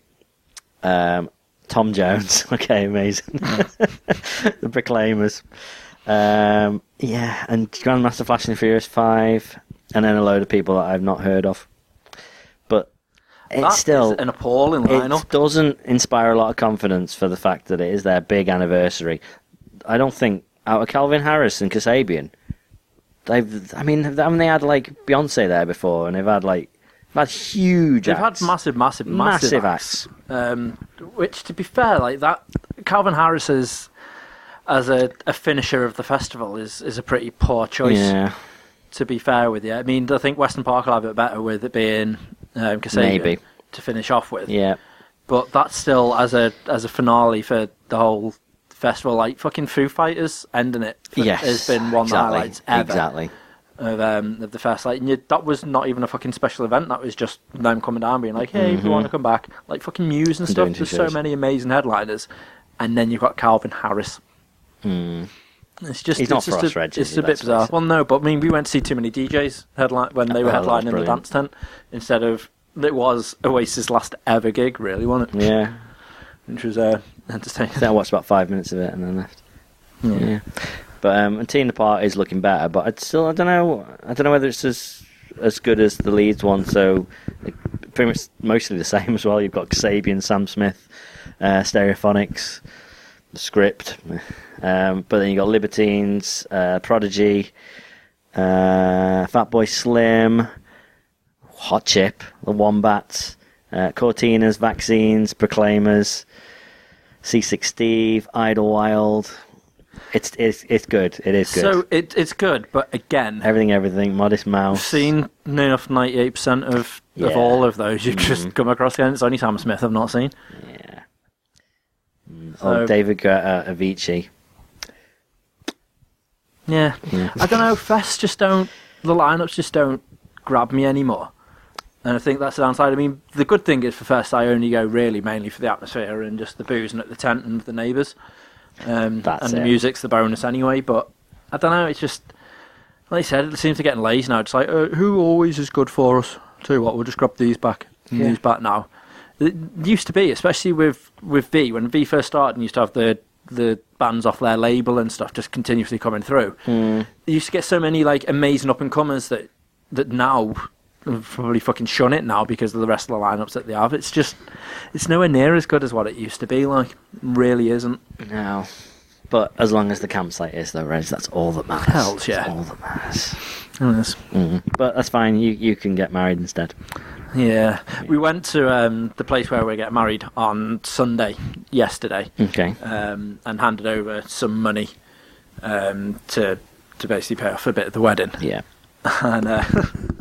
Um, Tom Jones, okay, amazing. the Proclaimers. Um, yeah, and Grandmaster Flash and the Furious 5, and then a load of people that I've not heard of. But it's
That is
still
an appalling lineup.
it doesn't inspire a lot of confidence for the fact that it is their big anniversary. I don't think out of Calvin Harris and Kasabian, they've. I mean, haven't they had like Beyonce there before, and they've had like they've had huge.
They've
acts.
had massive, massive, massive,
Massive
acts. Um, which, to be fair, like that, Calvin Harris is, as a, a finisher of the festival is is a pretty poor choice.
Yeah,
To be fair with you, I mean, I think Western Park will have it better with it being um, Kasabian
Maybe.
to finish off with.
yeah.
But that's still as a as a finale for the whole festival. Like fucking Foo Fighters ending it f-
Yes,
has been one
exactly,
of the highlights ever
Exactly.
of um, of the fest. Like and you, that was not even a fucking special event. That was just them coming down, being like, "Hey, if you want to come back?" Like fucking Muse and stuff.
Mm-hmm. doing two
There's so
shows.
many amazing headliners, and then you've got Calvin Harris.
Hmm.
It's just it's
He's not
just
for us,
a,
Reg, is
It's
he?
a bit
Let's face
bizarre.
it.
Well, no, but I mean, we went to see too many DJs headline when they were
Oh, that was
headlining the
brilliant.
dance tent instead of it was Oasis' last ever gig, really, wasn't it?
Yeah.
Which was uh,
I
entertaining.
think I watched about five minutes of it and then left. Yeah. But um, and Teen Apart is looking better, but I'd still I don't know I don't know whether it's as as good as the Leeds one. So like, pretty much mostly the same as well. You've got Kasabian, Sam Smith, uh, Stereophonics, the script, um, but then you have got Libertines, uh, Prodigy, uh, Fatboy Slim, Hot Chip, the Wombats, uh, Cortinas, Vaccines, Proclaimers. C6 Steve, Idlewild. It's it's it's good. It is good.
So it, it's good, but again,
everything, everything. Modest Mouse.
I've seen near enough ninety eight percent of
Yeah. Mm-hmm.
of all of those you've just come across. And it's only Sam Smith I've not seen.
Yeah.
So-
oh, David Guetta, Avicii.
Yeah,
Yeah.
I don't know. Fests just don't. The lineups just don't grab me anymore, and I think that's the downside. I mean, the good thing is for Fest, I only go really mainly for the atmosphere and just the booze and at the tent and the neighbours, um,
That's
and the
it.
music's the bonus anyway. But I don't know. It's just like I said, it seems to getting lazy now. It's like uh, who always is good for us. Tell you what, we'll just grab these back and
Yeah.
these back now. It used to be, especially with with V when V first started, and used to have the the bands off their label and stuff just continuously coming through. You used to get so many like amazing up and comers that that now probably fucking shun it now because of the rest of the lineups that they have. It's just it's nowhere near as good as what it used to be. Like really isn't.
No. But as long as the campsite is though, Reg, that's all that matters.
Hell,
That's
yeah.
all that matters. Mm-hmm.
Yes.
But that's fine. You you can get married instead.
Yeah, we went to um, the place where we get married on Sunday yesterday,
Okay.
um, and handed over some money um, to to basically pay off a bit of the wedding.
Yeah.
And uh,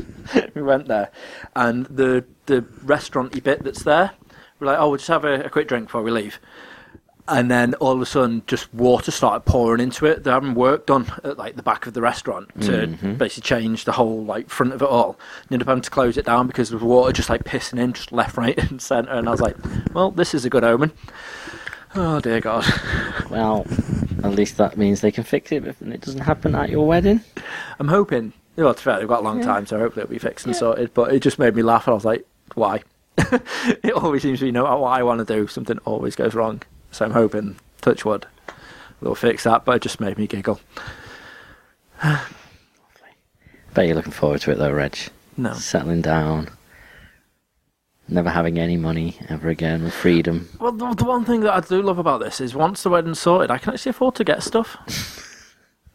we went there, and the the restauranty bit that's there, we're like, oh, we'll just have a, a quick drink before we leave. And then all of a sudden, just water started pouring into it. They're having work done at uh, like the back of the restaurant to basically change the whole like front of it all. And ended up having to close it down because there was water just like pissing in, just left, right, and centre. And I was like, "Well, this is a good omen." Oh dear God.
Well, at least that means they can fix it if it doesn't happen at your wedding.
I'm hoping. Well, it's fair. They've got a long time, so hopefully it'll be fixed and sorted. But it just made me laugh, and I was like, why? it always seems to be no matter what I want to do, something always goes wrong. So I'm hoping, touch wood, they'll fix that. But it just made me giggle.
Bet you're looking forward to it though, Reg.
No,
Settling down, never having any money ever again with freedom.
Well, the, the one thing that I do love about this is once the wedding's sorted, I can actually afford to get stuff.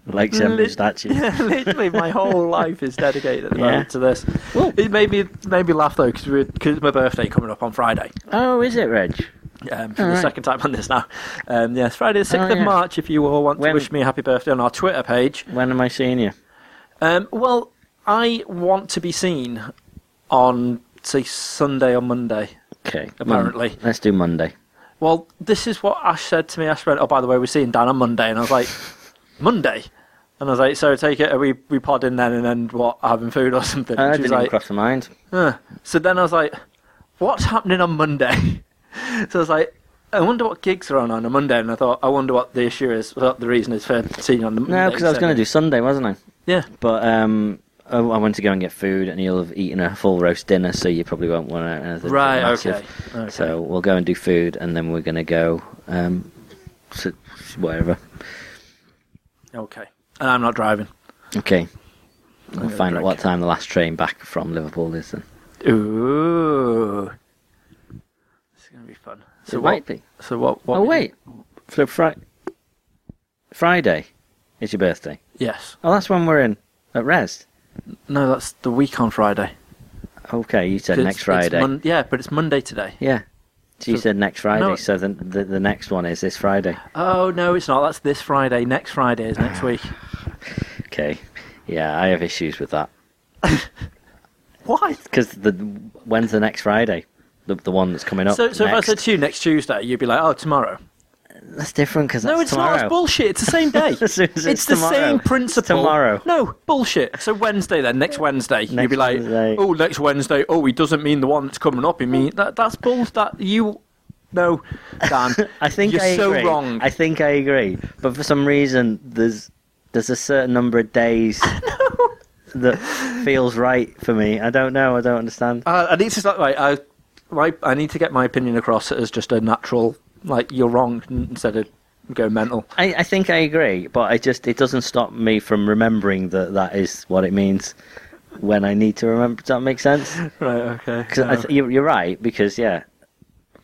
Like Zemmour
Lit-
statue.
Yeah, literally, my whole life is dedicated at the
Yeah.
moment to this.
Well-
It made me made me laugh though because my birthday coming up on Friday.
Oh, is it, Reg?
Um, for the
Alright.
second time on this now. Um, yes, Friday the sixth
Oh,
of
yeah.
March. If you all want
When-
to wish me a happy birthday on our Twitter page.
When am I seeing you?
Um, well, I want to be seen on say Sunday or Monday.
Okay.
Apparently.
Mon- let's do Monday.
Well, this is what Ash said to me. Ash went, "Oh, by the way, we're seeing Dan on Monday," and I was like, "Monday." And I was like, so take it, are we, we podding then and then what, having food or something?
I
And she was
didn't even
like,
cross my mind.
"Huh." So then I was like, what's happening on Monday? so I was like, I wonder what gigs are on on a Monday. And I thought, I wonder what the issue is, what the reason is for seeing on the Monday.
No, because I was
So-
going to do Sunday, wasn't I?
Yeah.
But um, I, I went to go and get food, and you'll have eaten a full roast dinner, so you probably won't want anything
Right,
massive.
okay. okay.
So we'll go and do food, and then we're going to go um, to wherever.
Okay. And I'm not driving.
Okay.
I'll
We'll
get a
find out
break.
what time the last train back from Liverpool is. Then.
Ooh. It's going to be fun. So
it
what,
might be.
So what, what
oh
we-
wait, Fri- Fri- Friday is your birthday.
Yes.
Oh, that's when we're in at Res.
No, that's the week on Friday.
Okay, you said
It's-
next
it's
Friday.
Mon- yeah, but it's Monday today.
yeah. So you
So-
said next Friday.
No.
So then the, the next one is this Friday.
Oh no, it's not. That's this Friday. Next Friday is next week.
Okay. Yeah, I have issues with that
Why?
because the when's the next Friday? The, the one that's coming up.
So, so if I
next.
said to you next Tuesday, you'd be like, "Oh, tomorrow."
that's different because
No, it's
tomorrow.
not. It's bullshit. It's the same day.
As soon as it's
the
tomorrow.
same
It's
principle.
tomorrow.
No bullshit. So Wednesday then, next Wednesday, you'd
Next
be like,
Wednesday.
"Oh, next Wednesday." Oh, he doesn't mean the one that's coming up. He mean that. That's bull. That you. No, Dan.
I think
you're
I
so
agree.
wrong.
I think I agree, but for some reason there's there's a certain number of days that feels right for me. I don't know. I don't understand.
Uh, I need to start, right, I, my, I need to get my opinion across as just a natural, like you're wrong n- instead of go mental.
I, I think I agree, but I just it doesn't stop me from remembering that that is what it means when I need to remember. Does that make sense?
Right. Okay. Uh,
Cause I th- you're, you're right because yeah,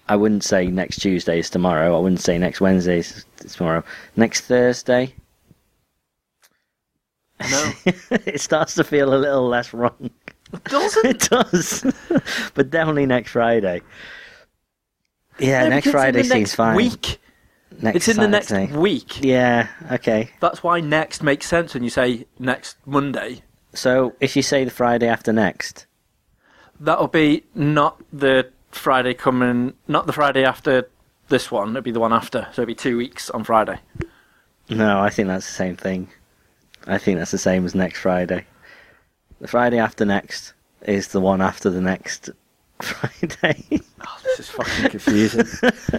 I wouldn't say next Tuesday is tomorrow. I wouldn't say next Wednesday is is tomorrow. Next Thursday,
no,
it starts to feel a little less wrong.
doesn't.
It does, but definitely next Friday.
No,
Yeah,
because
next
it's
Friday
in the
seems
next
fine.
Week.
Next
It's in the next
Saturday.
week.
eh? Yeah, okay.
That's why next makes sense when you say next Monday.
So if you say the Friday after next,
That'll be not the Friday coming, not the Friday after this one. It'll be the one after. So it'll be two weeks on Friday.
no, I think that's the same thing. I think that's the same as next Friday. The Friday after next is the one after the next Friday.
Oh, this is fucking confusing.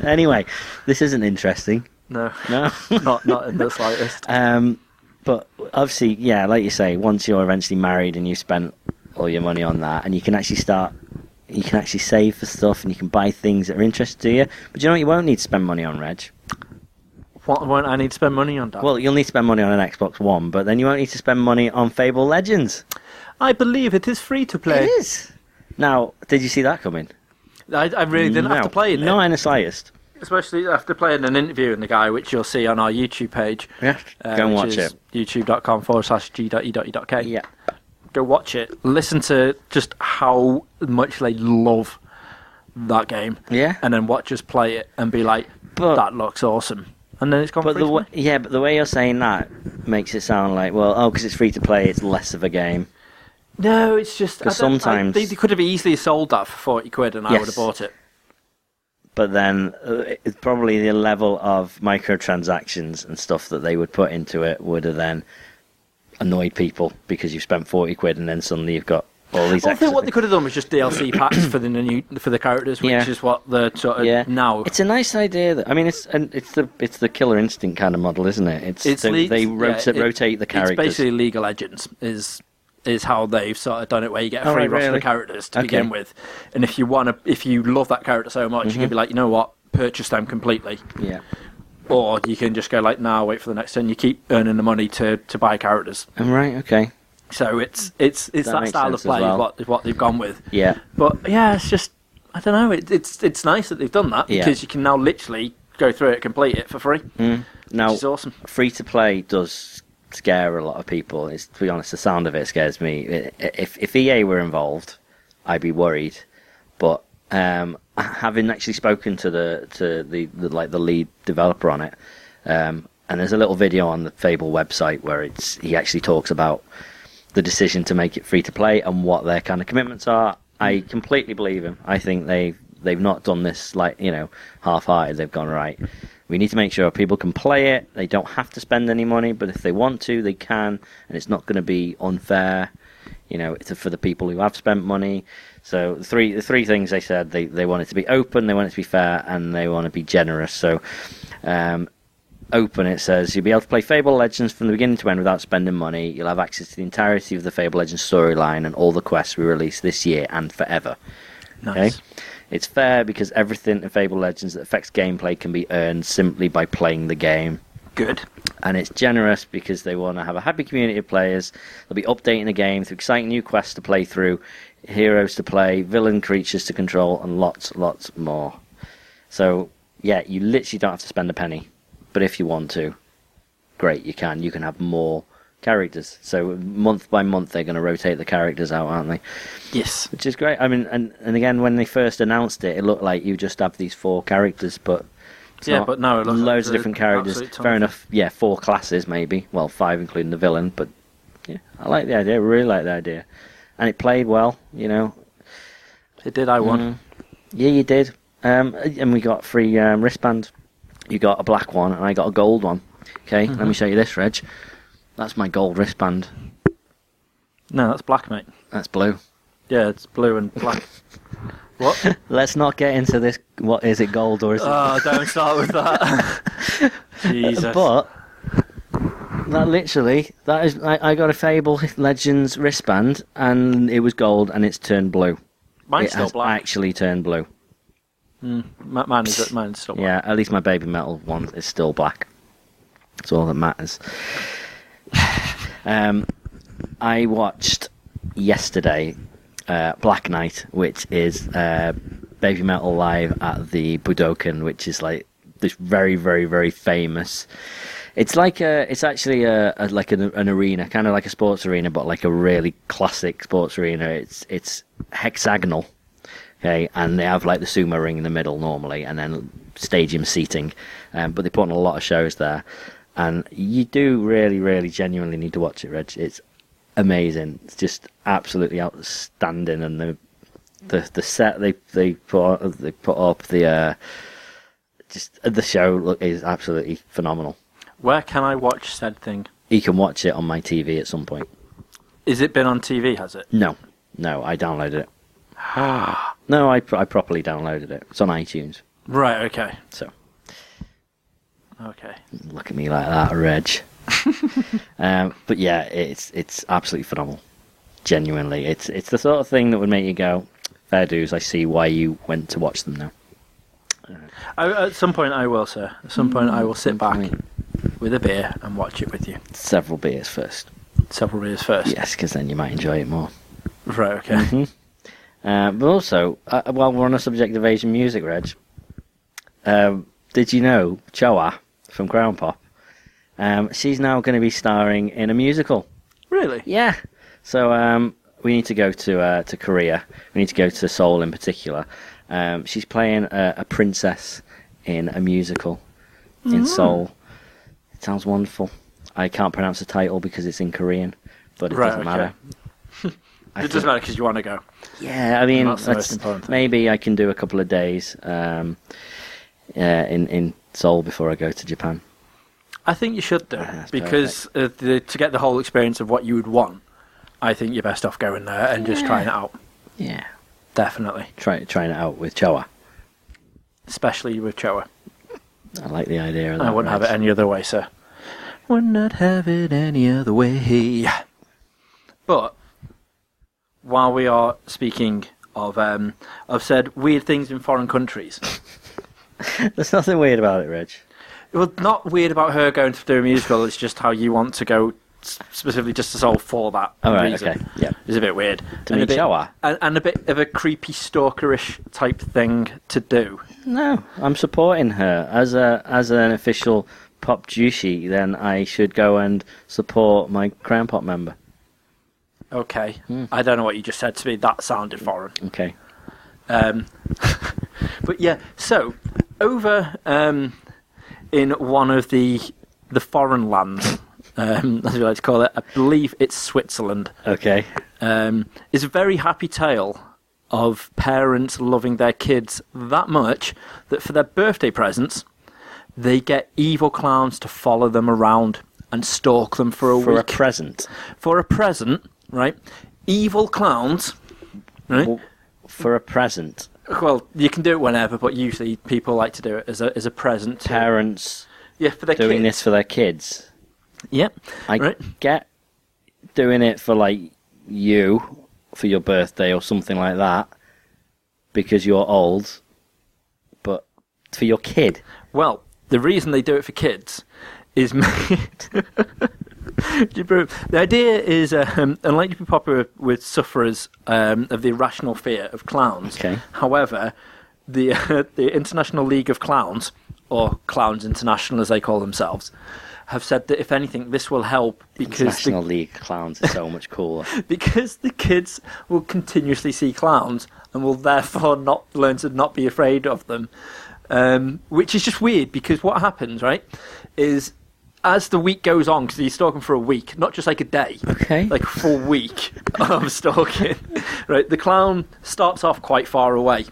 anyway, this isn't interesting.
no,
No.
not not in the slightest.
Um, but obviously, yeah, like you say, once you're eventually married and you've spent all your money on that, and you can actually start, you can actually save for stuff and you can buy things that are interesting to you. But you know what? You won't need to spend money on Reg.
What won't I need to spend money on that?
Well, you'll need to spend money on an Xbox One, but then you won't need to spend money on Fable Legends.
I believe it is free to play.
It is. Now, did you see that coming?
I, I really didn't
no,
have to play it,
Not in the slightest.
especially after playing an interview in the guy, which you'll see on our YouTube page. Uh,
Yeah. Go and
which
watch
is
it.
YouTube.com forward slash e g.e.e.k.
Yeah.
Go watch it. Listen to just how much they love that game.
Yeah.
And then watch us play it and be like,
But-
that looks awesome. And then it's gone
But
free
the
to
way,
play.
yeah, but the way you're saying that makes it sound like well, oh, because it's free to play, it's less of a game.
No, it's just. I
'Cause
don't- I-
sometimes-
they, they could have easily sold that for 40 quid and I
Yes.
would have bought it.
but then uh, it's probably the level of microtransactions and stuff that they would put into it would have then annoyed people because you've spent 40 quid and then suddenly you've got all these
I
extras.
think what they could have done was just DLC packs for the new for the characters, which
Yeah.
is what the sort of
yeah,
now.
it's a nice idea. That, I mean, it's and it's the it's the killer instinct kind of model, isn't it? It's, so
le-
they
yeah,
rota-
it-
rotate the
It's
characters.
basically League of Legends is is how they've sort of done it, where you get a
Oh,
free
right,
roster
really?
of characters to
Okay.
begin with, and if you want to, if you love that character so much,
Mm-hmm.
you can be like, you know what, purchase them completely,
yeah.
or you can just go like, now wait for the next turn. You keep earning the money to to buy characters.
i Oh, right. Okay.
So it's it's it's
That
that,
makes
style
sense
of
as
play is
well.
what is what they've gone with.
Yeah.
But yeah, it's just I don't know. It, it's it's nice that they've done that
Yeah.
because you can now literally go through it, complete it for free,
Mm.
which
Now,
is awesome.
free to play does scare a lot of people. It's, to be honest, the sound of it scares me. I- I- If if EA were involved, I'd be worried. But um, having actually spoken to the to the, the like the lead developer on it, um, and there's a little video on the Fable website where it's he actually talks about the decision to make it free to play and what their kind of commitments are. I completely believe him. I think they they've not done this like you know half hearted. They've gone right. We need to make sure people can play it. They don't have to spend any money, but if they want to, they can, and it's not going to be unfair. You know, to, for the people who have spent money. So the three the three things they said they they want it to be open, they want it to be fair, and they want to be generous. So. Um, open, it says you'll be able to play Fable Legends from the beginning to end without spending money. You'll have access to the entirety of the Fable Legends storyline and all the quests we release this year and forever.
Nice.
It's fair because everything in Fable Legends that affects gameplay can be earned simply by playing the game.
Good.
And it's generous because they want to have a happy community of players. They'll be updating the game through exciting new quests to play through, heroes to play, villain creatures to control, and lots, lots more. So, yeah, you literally don't have to spend a penny. But if you want to, great, you can. You can have more characters. So, month by month, they're going to rotate the characters out, aren't they?
Yes.
which is great. I mean, and, and again, when they first announced it, it looked like you just have these four characters, but it's
Yeah,
not.
but no, it looks like
loads of
the
different characters.
absolute ton
Fair
of-
enough. Yeah, four classes maybe. Well, five including the villain, but yeah, I like the idea. I really like the idea, and it played well. You know, Mm.
It did. I won.
yeah, you did. Um, and we got free um, wristband. You got a black one, and I got a gold one. Okay,
Mm-hmm.
let me show you this, Reg. That's my gold wristband.
No, that's black, mate.
That's blue.
Yeah, it's blue and black. what?
Let's not get into this. What is it, gold or is it
Oh, don't start with that. Jesus.
But that literally, that is, I, I got a Fable Legends wristband, and it was gold, and it's turned blue.
mine's
it
still
has
black.
Actually, turned blue.
Mi- mine is mine's still black.
Yeah, at least my baby metal one is still black. That's all that matters. um, I watched yesterday uh, Black Knight, which is uh, baby metal live at the Budokan, which is like this very, very, very famous. It's like a, it's actually a, a like an, an arena, kind of like a sports arena, but like a really classic sports arena. It's it's hexagonal okay, and they have like the sumo ring in the middle normally, and then stadium seating. Um, but they put on a lot of shows there, and you do really, really, genuinely need to watch it, Reg. It's amazing. It's just absolutely outstanding, and the the the set they they put they put up the uh, just uh, the show look is absolutely phenomenal.
Where can I watch said thing?
You can watch it on my TV at some point.
Is it been on TV? Has it?
No, no, I downloaded it. no, I, pro- I properly downloaded it. It's on iTunes.
Right. Okay.
So
Okay.
Look at me like that, Reg. um, but yeah, it's it's absolutely phenomenal. Genuinely, it's it's the sort of thing that would make you go, "Fair dues, I see why you went to watch them now."
I, at some point, I will, sir. At some point, I will sit back
point.
with a beer and watch it with you.
Several beers first,
Several beers first.
yes, because then you might enjoy it more.
Right. Okay.
Mm-hmm. Uh, but also, uh, while we're on the subject of Asian music, Reg, um, did you know Choa from Crown Pop? Um, she's now going to be starring in a musical.
Really?
Yeah. So um, we need to go to uh, to Korea. We need to go to Seoul in particular. Um, she's playing a, a princess in a musical in
Mm.
Seoul. It sounds wonderful. I can't pronounce the title because it's in Korean, but it
Right,
doesn't
okay.
matter. I
it
think-
doesn't matter because you want to go.
Yeah, I mean,
that's the most
let's-
important thing.
maybe I can do a couple of days um, uh, in in Seoul before I go to Japan.
I think you should do
Yeah, that's
because uh, the, to get the whole experience of what you would want. I think you're best off going there and just trying it out.
Yeah.
Definitely,
Try trying it out with Choa.
especially with Choa.
I like the idea of that.
I wouldn't have
Reg.
it any other way, sir. Would not have it any other way. But while we are speaking of um, of said weird things in foreign countries,
There's nothing weird about it, Reg.
well, not weird about her going to do a musical. It's just how you want to go s- specifically just to solve for that
All right,
reason.
okay. Yeah.
It's a bit weird. and
To
a
meet
bit,
Showa?
And, and a bit of a creepy stalkerish type thing to do.
No, I'm supporting her as a as an official pop juicy. Then I should go and support my Crown Pop member.
Okay. I don't know what you just said to me. That sounded foreign.
Okay.
Um, but yeah, so over um, in one of the the foreign lands, um, as we like to call it, I believe it's Switzerland,
Okay.
um, is a very happy tale of parents loving their kids that much that for their birthday presents, they get evil clowns to follow them around and stalk them for a
For a
week
present.
for a present, right? Evil clowns, right?
Well, For a present.
Well, you can do it whenever, but usually people like to do it as a as a present. to-
Parents
yeah, for their
doing
kids.
this for their kids.
Yeah,
I
right.
get doing it for like you for your birthday or something like that because you're old, but for your kid.
Well, the reason they do it for kids is made. You bro- the idea is, um, unlikely to be popular with sufferers um, of the irrational fear of clowns.
Okay.
However, the the International League of Clowns, or Clowns International as they call themselves, have said that if anything, this will help because the
National League Clowns is so much cooler.
because the kids will continuously see clowns and will therefore not learn to not be afraid of them. Um, which is just weird because what happens, right, is as the week goes on, because you stalk them for a week, not just like a day,
Okay.
like a full week of stalking, right? The clown starts off quite far away,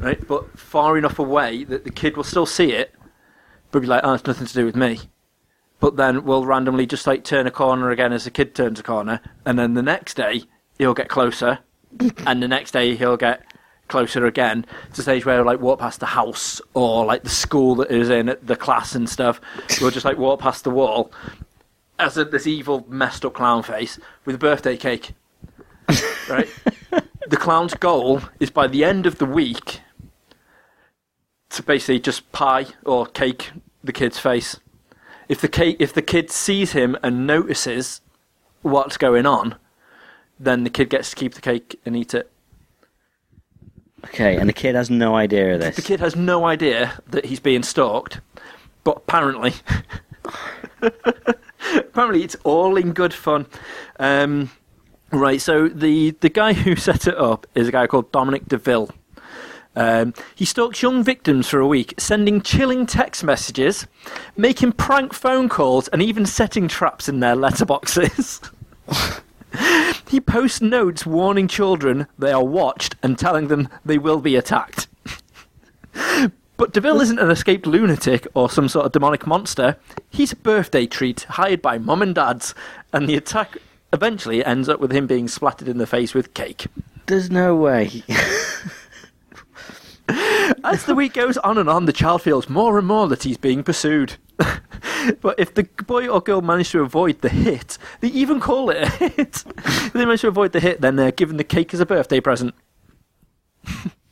right, but far enough away that the kid will still see it, but be like, oh, it's nothing to do with me but then we'll randomly just like turn a corner again as the kid turns a corner, and then the next day he'll get closer, and the next day he'll get closer again to the stage where he'll, like walk past the house or like the school that is in the class and stuff. We'll just like walk past the wall as a, this evil messed up clown face with a birthday cake. right? The clown's goal is by the end of the week to basically just pie or cake the kid's face if the ki- if the kid sees him and notices what's going on, then the kid gets to keep the cake and eat it.
Okay, and the kid has no idea of this.
The kid has no idea that he's being stalked, but apparently, apparently it's all in good fun. Um, right, so the the guy who set it up is a guy called Dominic Deville. Um, he stalks young victims for a week, sending chilling text messages, making prank phone calls, and even setting traps in their letterboxes. he posts notes warning children they are watched and telling them they will be attacked. But Deville isn't an escaped lunatic or some sort of demonic monster. He's a birthday treat hired by mum and dads, and the attack eventually ends up with him being splattered in the face with cake.
There's no way.
As the week goes on and on, the child feels more and more that he's being pursued. but if the boy or girl manage to avoid the hit, they even call it a hit. if they manage to avoid the hit, then they're given the cake as a birthday present.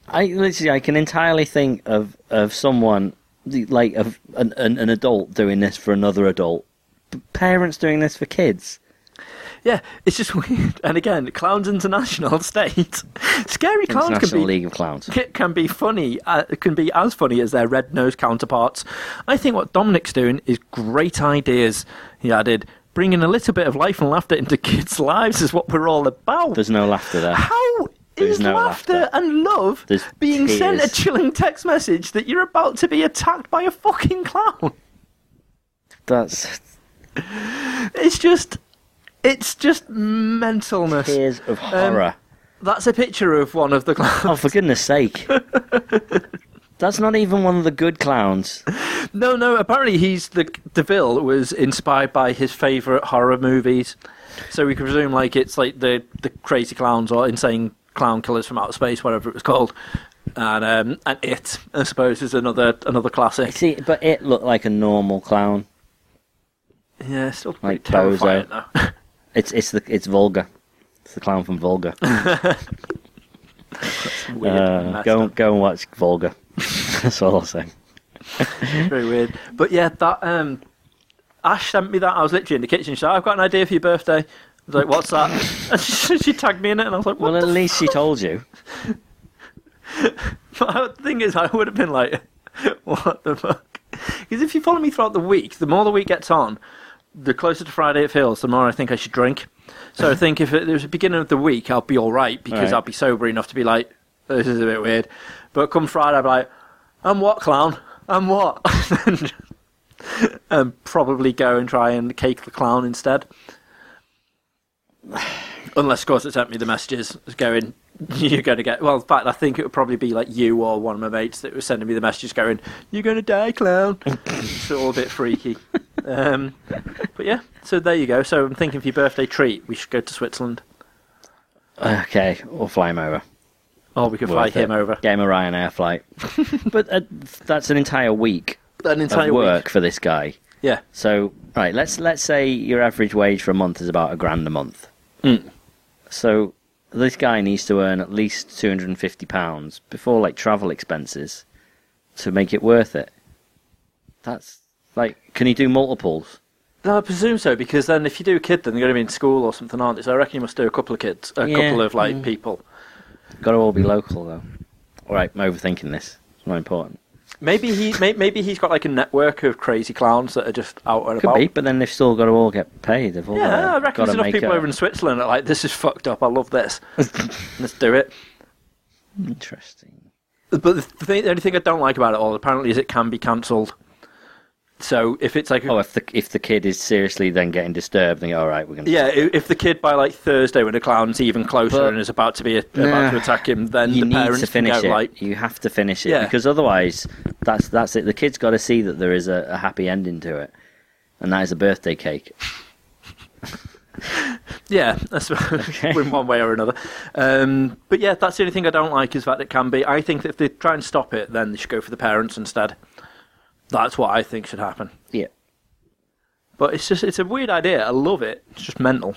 I literally, I can entirely think of of someone like of an, an, an adult doing this for another adult. P- Parents doing this for kids.
Yeah, it's just weird. And again, Clowns International state. Scary clowns can
International
be
League of Clowns.
Kit can be funny, uh, can be as funny as their red nosed counterparts. I think what Dominic's doing is great ideas, he added. Bringing a little bit of life and laughter into kids' lives is what we're all about.
There's no laughter there.
How
There's
is
no
laughter,
laughter.
and love
There's
being sent a
tears.
chilling text message that you're about to be attacked by a fucking clown?
That's
It's just. It's just mentalness.
tears of
Um,
horror.
That's a picture of one of the clowns.
oh, for goodness' sake! That's not even one of the good clowns.
No, no. Apparently, he's the Deville was inspired by his favourite horror movies, So we can presume like it's like the the crazy clowns or insane clown killers from outer space, whatever it was called, and um, and it I suppose is another another classic.
See, but it looked like a normal clown.
Yeah, it's still pretty
Like
terrifying
Bozo.
though.
It's it's the it's vulgar. It's the clown from Vulgar.
weird. and
Uh,
messed
go
up.
go and watch Vulgar. That's all I'll say.
very weird. But yeah, that um, Ash sent me that. I was literally in the kitchen. She said, "I've got an idea for your birthday." I was like, "What's that?" And she, she tagged me in it, and I was like, "What?"
Well, at
the
least she told you.
But the thing is, I would have been like, what the fuck? Because if you follow me throughout the week, the more the week gets on, the closer to Friday it feels, the more I think I should drink. So I think if it was the beginning of the week, I'll be all right because
Right.
I'll be sober enough to be like, this is a bit weird. But come Friday, I'll be like, I'm what, clown? I'm what? and probably go and try and cake the clown instead. Unless, of course, it sent me the messages going, you're going to get. Well, in fact, I think it would probably be like you or one of my mates that was sending me the messages going, you're going to die, clown. it's all a bit freaky. Um, but yeah, so there you go. So I'm thinking for your birthday treat, we should go to Switzerland.
Okay, we'll fly him over.
Or we could fly
Worth
him
it.
over.
Game of Ryanair flight. but uh, that's an entire week
An entire
of work
week.
for this guy.
Yeah.
So right, let's let's say your average wage for a month is about a grand a month.
Mm.
So this guy needs to earn at least two hundred and fifty pounds before like travel expenses to make it worth it. That's like, can he do multiples?
No, I presume so, because then if you do a kid, then they're going to be in school or something, aren't they? So I reckon you must do a couple of kids, a
Yeah. Mm.
couple of like people.
Got to all be local though. All right, I'm overthinking this. It's not important.
Maybe he, may, maybe he's got like a network of crazy clowns that are just out and
Could
about.
be, but then they've still got to all get paid. They've all
Yeah, I
gotta,
reckon
gotta
there's enough
make
people
a-
over in Switzerland that are like, this is fucked up. I love this. Let's do it.
Interesting.
But the, thing, the only thing I don't like about it all, apparently, is it can be cancelled. So if it's like, a,
Oh, if the if the kid is seriously then getting disturbed, then all right, we're gonna
yeah, i- if the kid by like Thursday when the clown's even closer
But-
and is about to be
Nah.
about to attack him, then
you
the
need
parents
to finish
can go
it.
like,
you have to finish it
Yeah.
because otherwise, that's that's it. The kid's got to see that there is a, a happy ending to it, and that is a birthday cake.
yeah, that's in one way or another. Um, but yeah, that's the only thing I don't like is that it can be. I think that if they try and stop it, then they should go for the parents instead. That's what I think should happen.
Yeah,
But it's just it's a weird idea. I love it. It's just mental,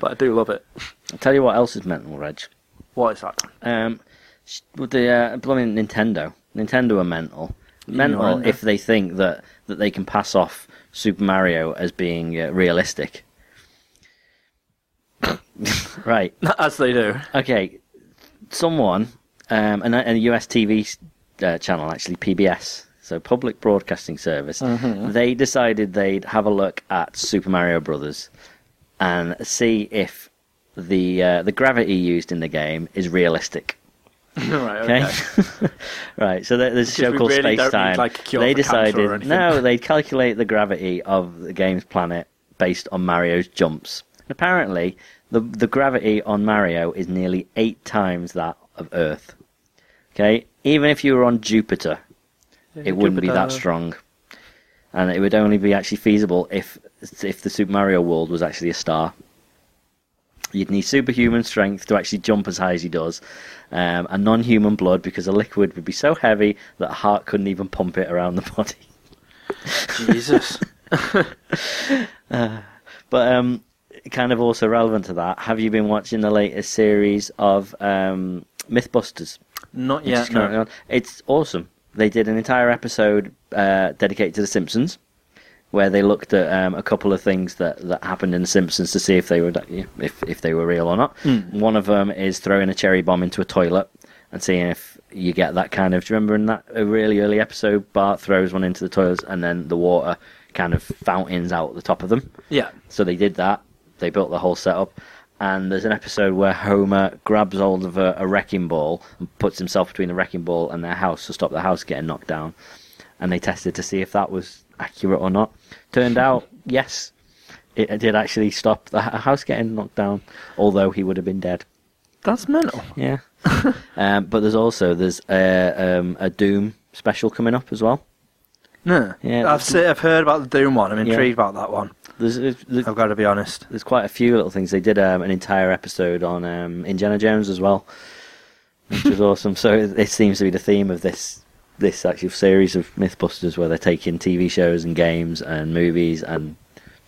but I do love it.
I'll tell you what else is mental, Reg.
What is that?
Um, sh- with the uh, blooming Nintendo, Nintendo are mental. Mental
Ignorant.
if they think that that they can pass off Super Mario as being uh, realistic. right.
As they do.
Okay, someone, um, and a US TV s- uh, channel actually, PBS, so Public Broadcasting Service, they decided they'd have a look at Super Mario Brothers and see if the uh, the gravity used in the game is realistic.
right. Okay.
Okay, right. So there- there's a
Because
show
we
called
really don't
Space
need,
Time.
like, a cure
they
for cancer or
decided
anything.
no, they calculate the gravity of the game's planet based on Mario's jumps. And apparently, the the gravity on Mario is nearly eight times that of Earth. Okay, even if you were on Jupiter, it wouldn't be that
Jupiter.
strong, and it would only be actually feasible if if the Super Mario world was actually a star. You'd need superhuman strength to actually jump as high as he does, um, and non-human blood because the liquid would be so heavy that a heart couldn't even pump it around the body.
Jesus.
But um, kind of also relevant to that, have you been watching the latest series of um, MythBusters?
Not
which
yet.
is currently
no.
on. It's awesome. They did an entire episode uh, dedicated to The Simpsons, where they looked at um, a couple of things that, that happened in The Simpsons to see if they were if if they were real or not.
Hmm.
One of them is throwing a cherry bomb into a toilet and seeing if you get that kind of. Do you remember in that a really early episode, Bart throws one into the toilets and then the water kind of fountains out the top of them.
Yeah.
So they did that. They built the whole setup. And there's an episode where Homer grabs hold of a, a wrecking ball and puts himself between the wrecking ball and their house to stop the house getting knocked down. And they tested to see if that was accurate or not. Turned out, yes, it, it did actually stop the h- house getting knocked down, although he would have been dead.
That's mental.
Yeah. um, but there's also there's a, um, a Doom special coming up as well
No.
Yeah,
I've, se- I've heard about the Doom one. I'm
Yeah.
intrigued about that one.
There's, there's,
I've got to be honest.
there's quite a few little things. They did um, an entire episode on um, Indiana Jones as well, which was awesome. So it, it seems to be the theme of this this actual series of MythBusters, where they're taking TV shows and games and movies and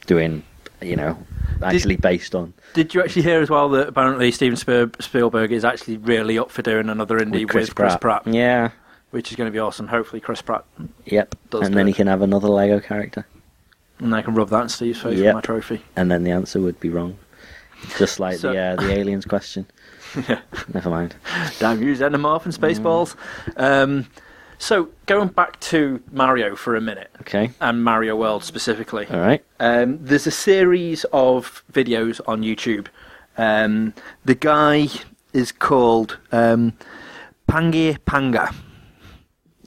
doing, you know, actually based on.
Did you actually hear as well that apparently Steven Spiel- Spielberg is actually really up for doing another indie with Chris, Pratt,
Yeah.
which is going to be awesome. Hopefully, Chris Pratt,
Yep.
Does
and then
good.
he can have another Lego character.
and I can rub that in Steve's face with
Yep.
my trophy.
and then the answer would be wrong. Just like
So-
the uh, the aliens question.
Yeah.
Never mind.
Damn you, Xenomorph and Spaceballs. Um, so going back to Mario for a minute
Okay.
and Mario World specifically.
All right.
Um, there's a series of videos on YouTube. Um, the guy is called um, Pangi Panga.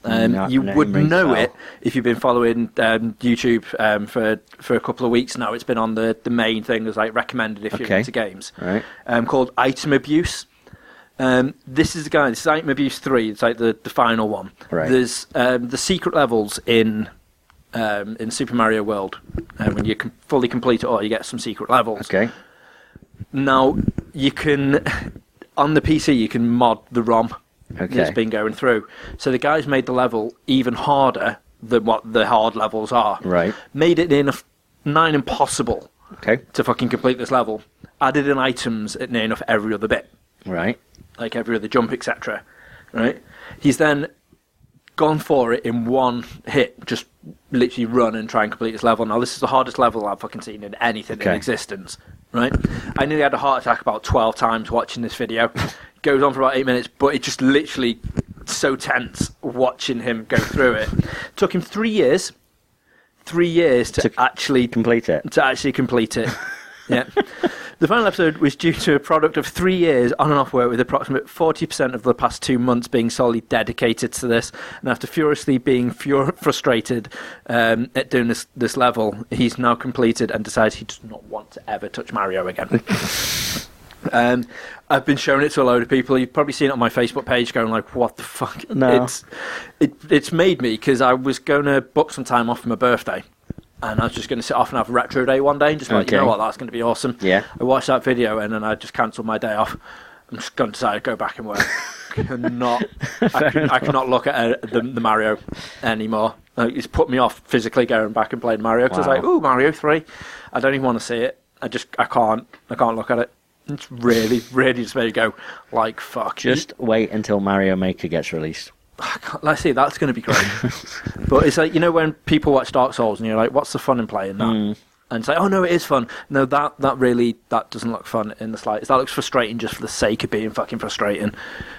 Um,
No,
you
no,
would
rings
know
bell.
it if you've been following um, YouTube um, for for a couple of weeks now. It's been on the, the main thing as like recommended if you're
Okay.
into games
All right.
um, called Item Abuse. Um, this is the guy. This is Item Abuse Three. It's like the, the final one.
Right.
There's um, the secret levels in um, in Super Mario World. Um, when you com- fully complete it all, you get some secret levels.
Okay.
Now you can on the PC you can mod the ROM that's
Okay.
been going through. So the guys made the level even harder than what the hard levels are.
Right.
Made it in a f- nine impossible
Okay.
to fucking complete this level. Added in items at near enough every other bit,
Right.
like every other jump, etc. Right? He's then gone for it in one hit, just literally run and try and complete this level. Now, this is the hardest level I've fucking seen in anything in
Okay.
existence. Right? I nearly had a heart attack about 12 times watching this video. Goes on for about eight minutes, but it just literally so tense watching him go through it. Took him three years. Three years to,
To
actually
Complete it.
to actually complete it. yeah. The final episode was due to a product of three years on and off work, with approximately 40% of the past two months being solely dedicated to this. And after furiously being fur- frustrated um, at doing this, this level, he's now completed and decides he does not want to ever touch Mario again. Um, I've been showing it to a load of people. You've probably seen it on my Facebook page, going like, "What the fuck?"
No.
It's it, it's made me because I was going to book some time off for my birthday, and I was just going to sit off and have a retro day one day, and just be like, you
Okay.
know what, that's going to be awesome.
Yeah.
I watched that video, and then I just cancelled my day off. I'm just going to decide to go back and work. cannot, I, could- I cannot look at uh, the, the Mario anymore. Like, it's put me off physically going back and playing Mario because
Wow.
I was like, "Ooh, Mario 3. I don't even want to see it. I just, I can't, I can't look at it. It's really, really just made me go, like, fuck.
Just wait until Mario Maker gets released.
I can't, let's see, that's going to be great. but it's like, you know, when people watch Dark Souls and you're like, what's the fun in playing that?
Mm.
And it's like, oh no, it is fun. No, that, that really, that doesn't look fun in the slightest. That looks frustrating just for the sake of being fucking frustrating.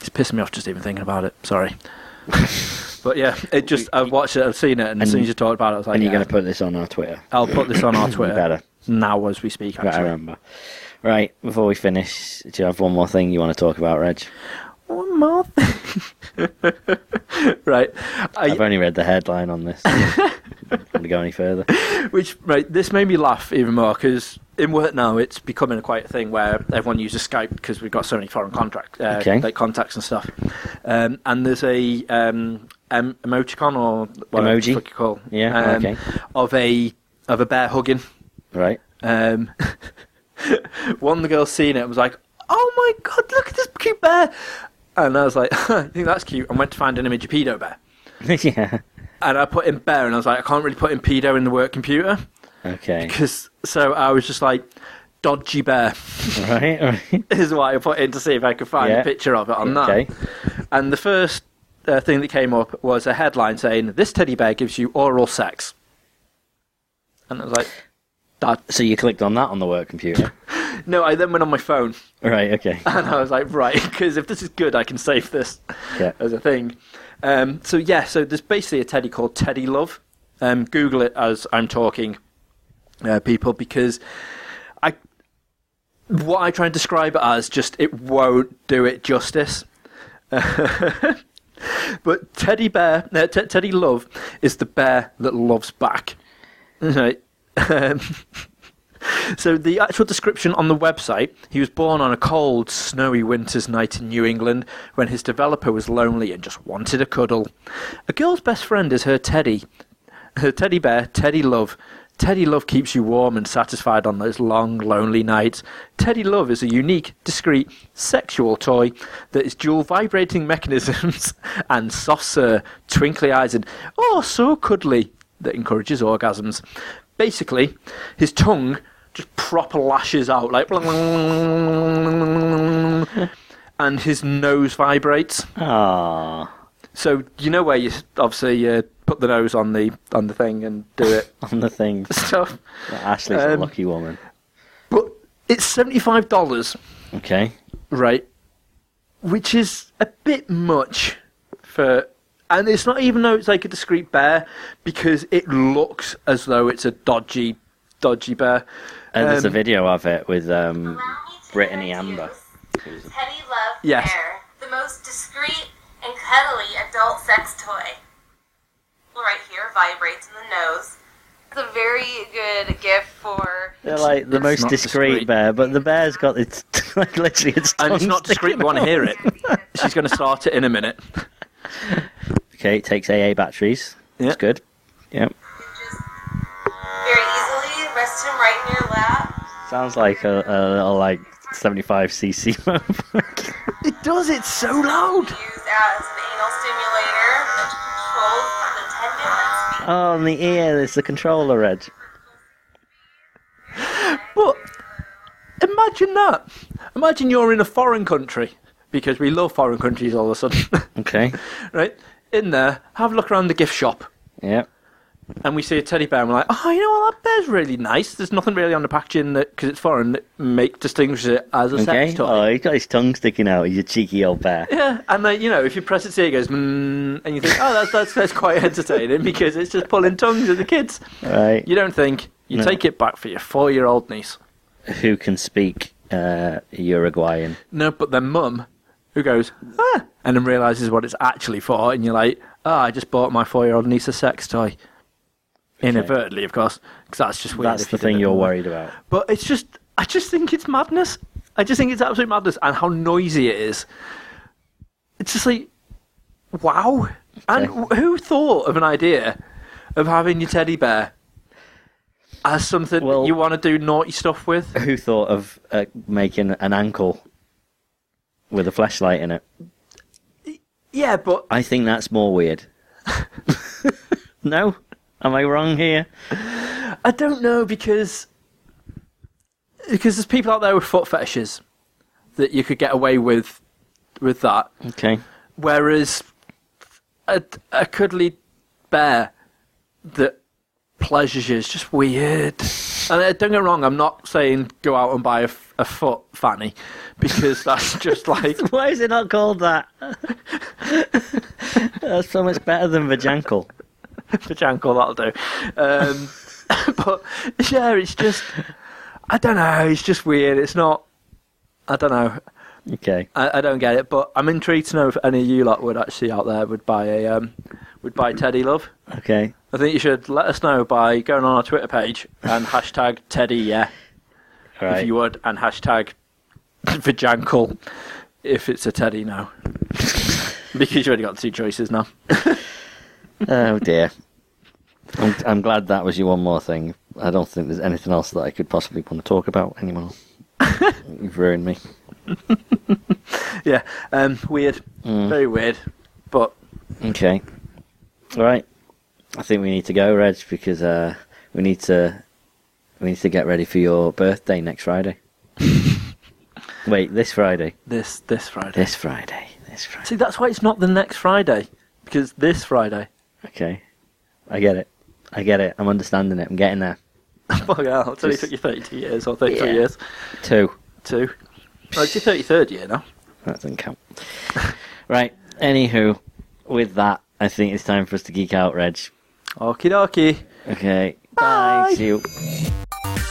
it's pissing me off just even thinking about it. Sorry. but yeah, it just, I've watched it, I've seen it, and, as
And-
soon as you talked about it, I was like,
And you're
yeah,
going to put this on our Twitter.
I'll put this on our Twitter
better. um,
now as we speak,
Right, I
actually.
remember. Right. Before we finish, do you have one more thing you want to talk about, Reg?
One more thing. right. I-
I've only read the headline on this. Want to go any further?
Which right, this made me laugh even more because in work now it's becoming quite a thing where everyone uses Skype because we've got so many foreign contract, uh,
Okay.
like contacts and stuff. Um, and there's a um, em- emoticon or what
Emoji?
the fuck you call
Yeah,
um,
okay.
of a of a bear hugging.
Right.
Um, one of the girls seen it and was like, "Oh my god, look at this cute bear!" And I was like, "I think that's cute." And went to find an image of pedo bear.
yeah.
And I put in bear, and I was like, "I can't really put in pedo in the work computer."
Okay.
because so I was just like dodgy bear
right. Right.
is what I put in to see if I could find
Yeah.
a picture of it on
Okay.
that. And the first uh, thing that came up was a headline saying this teddy bear gives you oral sex, and I was like, that.
So you clicked on that on the work computer.
No, I then went on my phone
right. Okay.
and I was like, right, because if this is good, I can save this
Yeah.
as a thing. Um, so yeah, so there's basically a teddy called Teddy Love. Um, Google it as I'm talking, uh, people, because I what I try and describe it as just it won't do it justice. but Teddy Bear, uh, Te- Teddy Love is the bear that loves back. Right. Um, So the actual description on the website, he was born on a cold, snowy winter's night in New England when his developer was lonely and just wanted a cuddle. A girl's best friend is her teddy, her teddy bear, Teddy Love. Teddy Love keeps you warm and satisfied on those long, lonely nights. Teddy Love is a unique, discreet, sexual toy that is dual vibrating mechanisms and soft sir, twinkly eyes, and oh, so cuddly that encourages orgasms. Basically, his tongue just proper lashes out like, and his nose vibrates.
Aww.
So you know where you s- obviously uh, put the nose on the on the thing and do it.
On the thing.
so,
Ashley's a
Um,
lucky woman.
but it's seventy five dollars,
Okay.
right? Which is a bit much for, and it's not even though it's like a discreet bear because it looks as though it's a dodgy, dodgy bear.
And Uh, there's a
Um,
video of it with um,
Allow me to
Brittany
introduce
Amber.
Teddy Love
Yes.
Bear, the most discreet and cuddly adult sex toy. Right here, vibrates in the nose. It's a very good gift for.
They're like the
it's
most
not
discreet,
discreet.
bear, but the bear's got its like literally its
And it's
tongue
not discreet.
sticking
We want to
out.
hear it. She's going to start it in a minute.
Okay, it takes AA batteries.
Yeah.
That's good. Yeah.
Just very easily rest him right in your lap.
Sounds like a, a little like 75cc moped.
It does. It's so loud.
Used as an anal stimulator, which controls the tendon.
oh, and the ear, there's the controller, Ed.
But imagine that. Imagine you're in a foreign country, because we love foreign countries all of a sudden,
Okay.
right? In there, have a look around the gift shop,
Yeah.
and we see a teddy bear, and we're like, oh, you know what, that bear's really nice. There's nothing really on the packaging that, because it's foreign, that make distinguishes it as a
Okay.
sex toy.
Oh, he's got his tongue sticking out. He's a cheeky old bear.
Yeah, and then, you know, if you press its ear, it goes, mm, and you think, oh, that's, that's, that's quite entertaining, because it's just pulling tongues at the kids.
Right.
You don't think, you
No.
take it back for your four year old niece.
Who can speak uh, Uruguayan?
No, but then mum, who goes, ah, and then realizes what it's actually for, and you're like, ah, I just bought my four year old niece a sex toy. Inadvertently, of course, because that's just weird.
That's
if
the
you did
thing
it.
you're worried about.
But it's just, I just think it's madness. I just think it's absolute madness, and how noisy it is. It's just like, wow. And
Okay.
wh- who thought of an idea of having your teddy bear as something that
Well-
you want to do naughty stuff with?
Who thought of uh, making an ankle with a flashlight in it?
Yeah, but
I think that's more weird. no? Am I wrong here?
I don't know because because there's people out there with foot fetishes that you could get away with with that,
Okay.
whereas a, a cuddly bear that pleasures you is just weird. And uh, don't get me wrong, I'm not saying go out and buy a, f- a foot fanny because that's just like
Why is it not called that? That's so much better than Vajankle.
Pajanko, that'll do. Um, but yeah, it's just I don't know. It's just weird. It's not. I don't know.
Okay.
I, I don't get it, but I'm intrigued to know if any of you lot would actually out there would buy a um, would buy Teddy Love.
Okay.
I think you should let us know by going on our Twitter page and hashtag Teddy Yeah
All
if
right.
you would, and hashtag Vajankle if it's a Teddy no, because you've already got two choices now.
Oh dear. I'm, I'm glad that was your one more thing. I don't think there's anything else that I could possibly want to talk about anymore. You've ruined me.
Yeah, um, weird,
Mm.
very weird, but
Okay. All right. I think we need to go, Reg, because uh, we need to we need to get ready for your birthday next Friday. Wait, this Friday.
this this Friday.
This Friday. This Friday.
See, that's why it's not the next Friday because this Friday.
Okay. I get it. I get it. I'm understanding it. I'm getting there.
Fuck hell, it's only
Just-
took you 32 years or 33
Yeah.
years.
Two.
Two. Well, it's your 33rd year now.
That doesn't count. right. Anywho, with that, I think it's time for us to geek out, Reg.
Okie dokie.
Okay.
Bye.
See you.